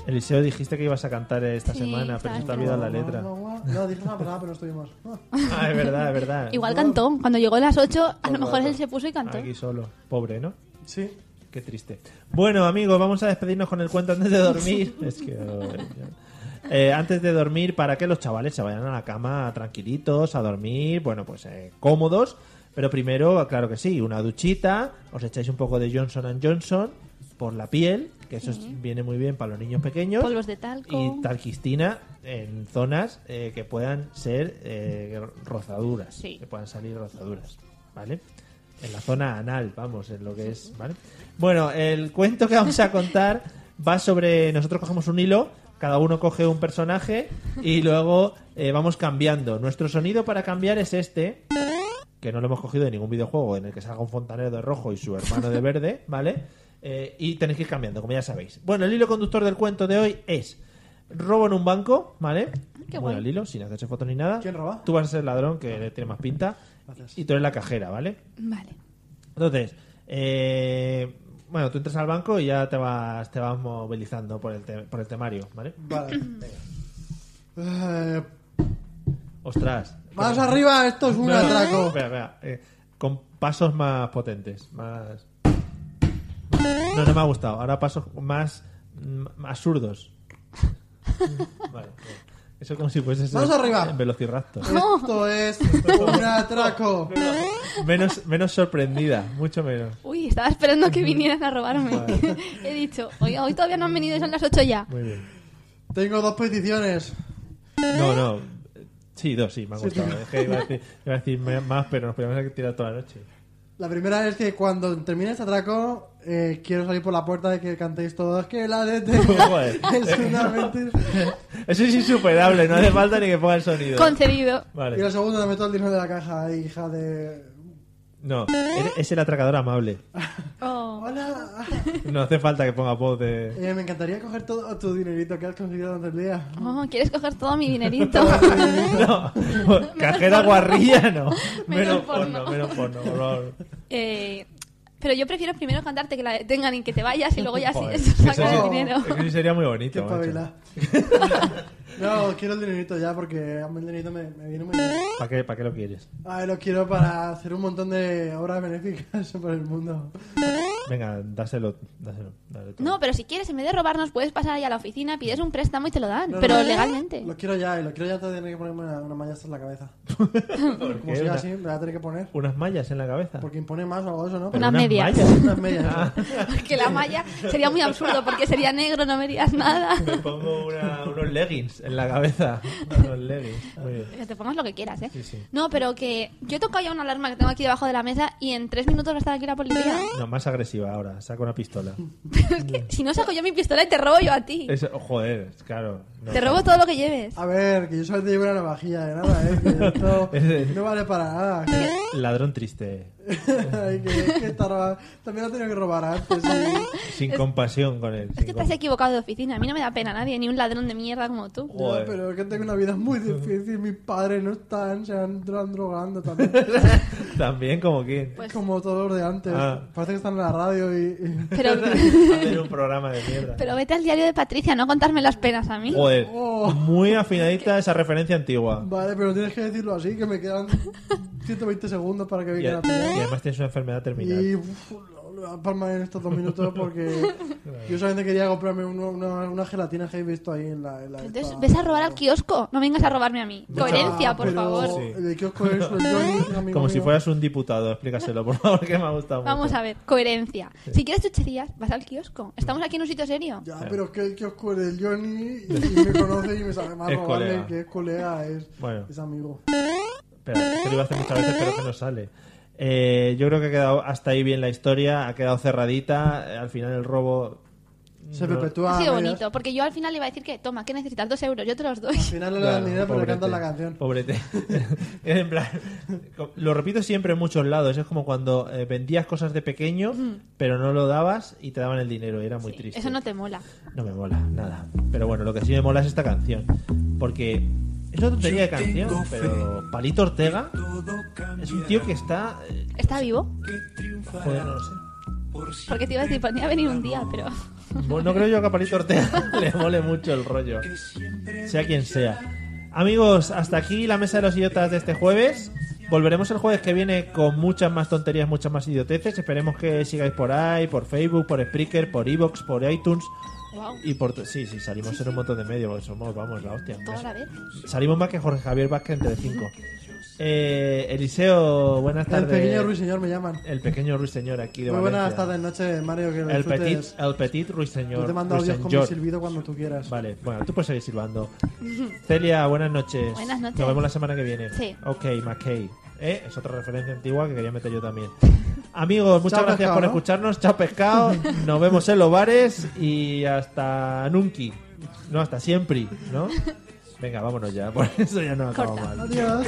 Speaker 1: Eliseo, dijiste que ibas a cantar esta
Speaker 3: Sí,
Speaker 1: semana, pero
Speaker 3: estaba
Speaker 1: se te ha olvidado la letra.
Speaker 2: No, dije una palabra, pero no estuvimos.
Speaker 1: Ah, es verdad, es verdad.
Speaker 3: Igual cantó, cuando llegó a las 8, a lo mejor él se puso y cantó.
Speaker 1: Aquí solo. Pobre, ¿no?
Speaker 2: Sí.
Speaker 1: Qué triste. Bueno, amigos, vamos a despedirnos con el cuento antes de dormir. es que. ay, ya. Eh, antes de dormir, para que los chavales se vayan a la cama tranquilitos, a dormir, bueno, pues eh, cómodos. Pero primero, claro que sí, una duchita, os echáis un poco de Johnson Johnson por la piel, que eso es- viene muy bien para los niños pequeños.
Speaker 3: Polvos de talco.
Speaker 1: Y talquistina en zonas eh, que puedan ser eh, rozaduras,
Speaker 3: Sí.
Speaker 1: que puedan salir rozaduras, ¿vale? En la zona anal, vamos, en lo que es, ¿vale? Bueno, el cuento que vamos a contar va sobre. Nosotros cogemos un hilo, cada uno coge un personaje y luego eh, vamos cambiando. Nuestro sonido para cambiar es este, que no lo hemos cogido de ningún videojuego en el que salga un fontanero de rojo y su hermano de verde, ¿vale? Eh, y tenéis que ir cambiando, como ya sabéis. Bueno, el hilo conductor del cuento de hoy es robo en un banco, ¿vale?
Speaker 3: Ah, Qué
Speaker 1: bueno,
Speaker 3: guay.
Speaker 1: el hilo, sin hacerse fotos ni nada.
Speaker 2: ¿Quién roba?
Speaker 1: Tú vas a ser el ladrón, que tiene más pinta.
Speaker 2: Gracias.
Speaker 1: Y tú eres la cajera, ¿vale?
Speaker 3: Vale.
Speaker 1: Entonces, eh, bueno, tú entras al banco y ya te vas, te vas movilizando por el, te- por el temario, ¿vale?
Speaker 2: Vale. Eh,
Speaker 1: Ostras.
Speaker 2: más arriba, esto es un
Speaker 1: Espera,
Speaker 2: atraco.
Speaker 1: Espera, espera. eh, con pasos más potentes, más... No, no me ha gustado. Ahora pasos más, mm, más zurdos. Vale, bien. Eso como si fuese
Speaker 2: Más arriba.
Speaker 1: en Velociraptor.
Speaker 2: Esto es un atraco.
Speaker 1: Menos, menos sorprendida, mucho menos.
Speaker 3: Uy, estaba esperando que vinieran a robarme. He dicho, oiga, hoy todavía no han venido y son las 8 ya.
Speaker 1: Muy bien.
Speaker 2: Tengo dos peticiones.
Speaker 1: No, no. Sí, dos, sí, me ha gustado. Es que iba a decir, iba a decir me- más, pero nos podíamos tirar toda la noche.
Speaker 2: La primera es que cuando termine este atraco, eh, quiero salir por la puerta de que cantéis todos que la de
Speaker 1: Joder.
Speaker 2: es una mentira.
Speaker 1: Eso es insuperable, no hace falta ni que ponga el sonido.
Speaker 3: Concedido.
Speaker 2: Y la
Speaker 1: Vale.
Speaker 2: segunda, me meto el dinero de la caja, hija de.
Speaker 1: No, eres- es el atracador amable.
Speaker 3: Oh.
Speaker 2: Hola.
Speaker 1: No hace falta que ponga voz de.
Speaker 2: Eh, me encantaría coger todo tu dinerito que has conseguido durante el día.
Speaker 3: Oh, ¿Quieres coger todo mi dinerito?
Speaker 1: No, cajera guarrilla no.
Speaker 3: Menos
Speaker 1: Menos
Speaker 3: porno.
Speaker 1: porno, menos porno, por favor.
Speaker 3: Eh, pero yo prefiero primero cantarte que la detengan y que te vayas y luego ya sí
Speaker 1: Joder,
Speaker 3: eso,
Speaker 1: eso
Speaker 3: sacar
Speaker 1: sí-
Speaker 3: el dinero.
Speaker 1: eso sí sería muy
Speaker 2: Qué
Speaker 1: bonito. macho.
Speaker 2: pavila. no, quiero el dinerito ya porque a mí el dinerito me, me viene muy bien.
Speaker 1: ¿Para qué, ¿Para qué lo quieres?
Speaker 2: Ah, lo quiero para hacer un montón de obras benéficas por el mundo.
Speaker 1: Venga, dáselo. dáselo dale todo.
Speaker 3: No, pero si quieres, en vez de robarnos, puedes pasar ahí a la oficina, pides un préstamo y te lo dan. pero legalmente.
Speaker 2: Lo quiero ya y lo quiero ya antes de tener que ponerme una, una malla hasta en la cabeza.
Speaker 1: ¿Por
Speaker 2: Como
Speaker 1: qué?
Speaker 2: siga
Speaker 1: Una-
Speaker 2: así, me la voy a tener que poner.
Speaker 1: unas mallas en la cabeza.
Speaker 2: Porque impone más o algo de eso, ¿no?
Speaker 1: Pero
Speaker 3: Unas medias.
Speaker 1: mallas.
Speaker 2: Unas medias.
Speaker 1: Ah.
Speaker 3: Que la malla sería muy absurdo porque sería negro, no verías nada.
Speaker 1: Me pongo una- unos leggings en la cabeza. Unos leggings. Muy bien.
Speaker 3: Que te pongas lo que quieras, ¿eh?
Speaker 1: Sí, sí.
Speaker 3: No, pero que yo he tocado ya una alarma que tengo aquí debajo de la mesa y en tres minutos va a estar aquí la policía.
Speaker 1: No, más agresiva ahora. Saco una pistola.
Speaker 3: Es que si no saco yo mi pistola y te robo yo a ti.
Speaker 1: Eso- oh, joder, claro. no.
Speaker 3: Te robo todo lo que lleves.
Speaker 1: Ah,
Speaker 2: A ver, que yo solamente llevo una navajilla de nada, ¿eh? Que esto no vale para nada. Que,
Speaker 1: Ladrón triste.
Speaker 2: Ay, que, que esta roba- también la he tenido que robar antes. sí.
Speaker 1: Sin compasión con él.
Speaker 3: Es que
Speaker 1: sin
Speaker 3: te has
Speaker 1: comp-
Speaker 3: equivocado de oficina. A mí no me da pena nadie, ni un ladrón de mierda como tú.
Speaker 2: No,
Speaker 1: Joder.
Speaker 2: pero es que tengo una vida muy difícil. Mis padres no están, se han dro- drogando también.
Speaker 1: También como quien.
Speaker 3: Pues-
Speaker 2: Como todos los de antes.
Speaker 1: Ah.
Speaker 2: Parece que están en la radio y. y-
Speaker 3: Pero,
Speaker 1: Hacer un programa de mierda.
Speaker 3: pero vete al diario de Patricia, no contarme las penas a mí.
Speaker 1: Joder.
Speaker 2: Oh.
Speaker 1: Muy afinadita esa referencia antigua.
Speaker 2: Vale, pero tienes que decirlo así, que me quedan 120 segundos para que
Speaker 1: Y,
Speaker 2: venga la
Speaker 1: a-
Speaker 2: tele.
Speaker 1: y además tienes una enfermedad terminal.
Speaker 2: Y uf, lo- lo voy a palmar en estos dos minutos porque yo solamente quería comprarme uno- una, una gelatina que he visto ahí en la. En la
Speaker 3: Entonces,
Speaker 2: esta- Ah,
Speaker 3: ves a robar al kiosco, no vengas a robarme a mí. Coherencia, por
Speaker 2: Pero
Speaker 3: favor.
Speaker 1: Sí.
Speaker 2: El kiosco es el Johnny, un amigo
Speaker 1: Como si
Speaker 2: mío.
Speaker 1: fueras un diputado. Explícaselo, por favor, que me ha gustado
Speaker 3: Vamos a ver, coherencia. Si quieres chucherías, vas al kiosco. Estamos aquí en un sitio serio.
Speaker 2: Ya, pero es que el kiosco es del Johnny y, y me conoce y me sabe más
Speaker 1: Es
Speaker 2: robarle
Speaker 1: colega.
Speaker 2: que es colega, es,
Speaker 1: Bueno.
Speaker 2: es amigo.
Speaker 1: Espera, te lo iba a hacer muchas veces, pero que no sale. Eh, yo creo que ha quedado hasta ahí bien la historia. Ha quedado cerradita. eh, Al final el robo...
Speaker 2: Se
Speaker 1: no-
Speaker 2: perpetúa.
Speaker 3: Ha
Speaker 2: a
Speaker 3: sido
Speaker 2: medias.
Speaker 3: bonito, porque yo al final le iba a decir que, toma, que necesitas dos euros, yo te los doy.
Speaker 2: Al final no le
Speaker 1: Claro,
Speaker 2: dan ni idea, pero le
Speaker 1: pobrete,
Speaker 2: cantan la canción.
Speaker 1: Pobrete. En plan, lo repito siempre en muchos lados. Es como cuando eh, vendías cosas de pequeño, pero no lo dabas y te daban el dinero. y Era muy triste.
Speaker 3: Eso no te mola.
Speaker 1: No me mola, nada. Pero bueno, lo que sí me mola es esta canción. Porque es una tontería de canción, pero Palito Ortega es un tío que está. eh,
Speaker 3: ¿Está vivo?
Speaker 1: joder, no lo sé.
Speaker 3: Porque te iba a decir, ponía a venir un día, pero...
Speaker 1: Bueno, No creo yo que a Palito Ortega le mole mucho el rollo. Sea quien sea. Amigos, hasta aquí la mesa de los idiotas de este jueves. Volveremos el jueves que viene con muchas más tonterías, muchas más idioteces. Esperemos que sigáis por ahí, por Facebook, por Spreaker, por Evox, por iTunes.
Speaker 3: Wow.
Speaker 1: Y por. to- Sí, sí, salimos en un montón de medios. Somos, vamos, la hostia.
Speaker 3: Toda la vez.
Speaker 1: Salimos más que Jorge Javier Vázquez entre cinco. Eh, Eliseo, buenas
Speaker 2: El
Speaker 1: tardes.
Speaker 2: pequeño ruiseñor me llaman.
Speaker 1: El pequeño Ruiseñor aquí de
Speaker 2: Muy buenas
Speaker 1: Valencia.
Speaker 2: tardes, noches, Mario, que lo
Speaker 1: El petit,
Speaker 2: disfrutes.
Speaker 1: el petit Ruiseñor.
Speaker 2: Yo te mando audios con mi
Speaker 1: Ruiseñor.
Speaker 2: silbido cuando tú quieras.
Speaker 1: Vale, bueno, tú puedes seguir silbando. Celia, buenas noches.
Speaker 3: Buenas noches.
Speaker 1: Nos vemos la semana que viene.
Speaker 3: Sí.
Speaker 1: Ok, McKay. ¿Eh? Es otra referencia antigua que quería meter yo también. Amigos, muchas
Speaker 2: Chao,
Speaker 1: gracias
Speaker 2: pescado,
Speaker 1: por
Speaker 2: ¿no?
Speaker 1: escucharnos. Chao pescado. Nos vemos en los bares y hasta nunca. No, hasta siempre, ¿no? Venga, vámonos ya. Por eso ya no acabamos.
Speaker 3: Corta.
Speaker 2: Adiós.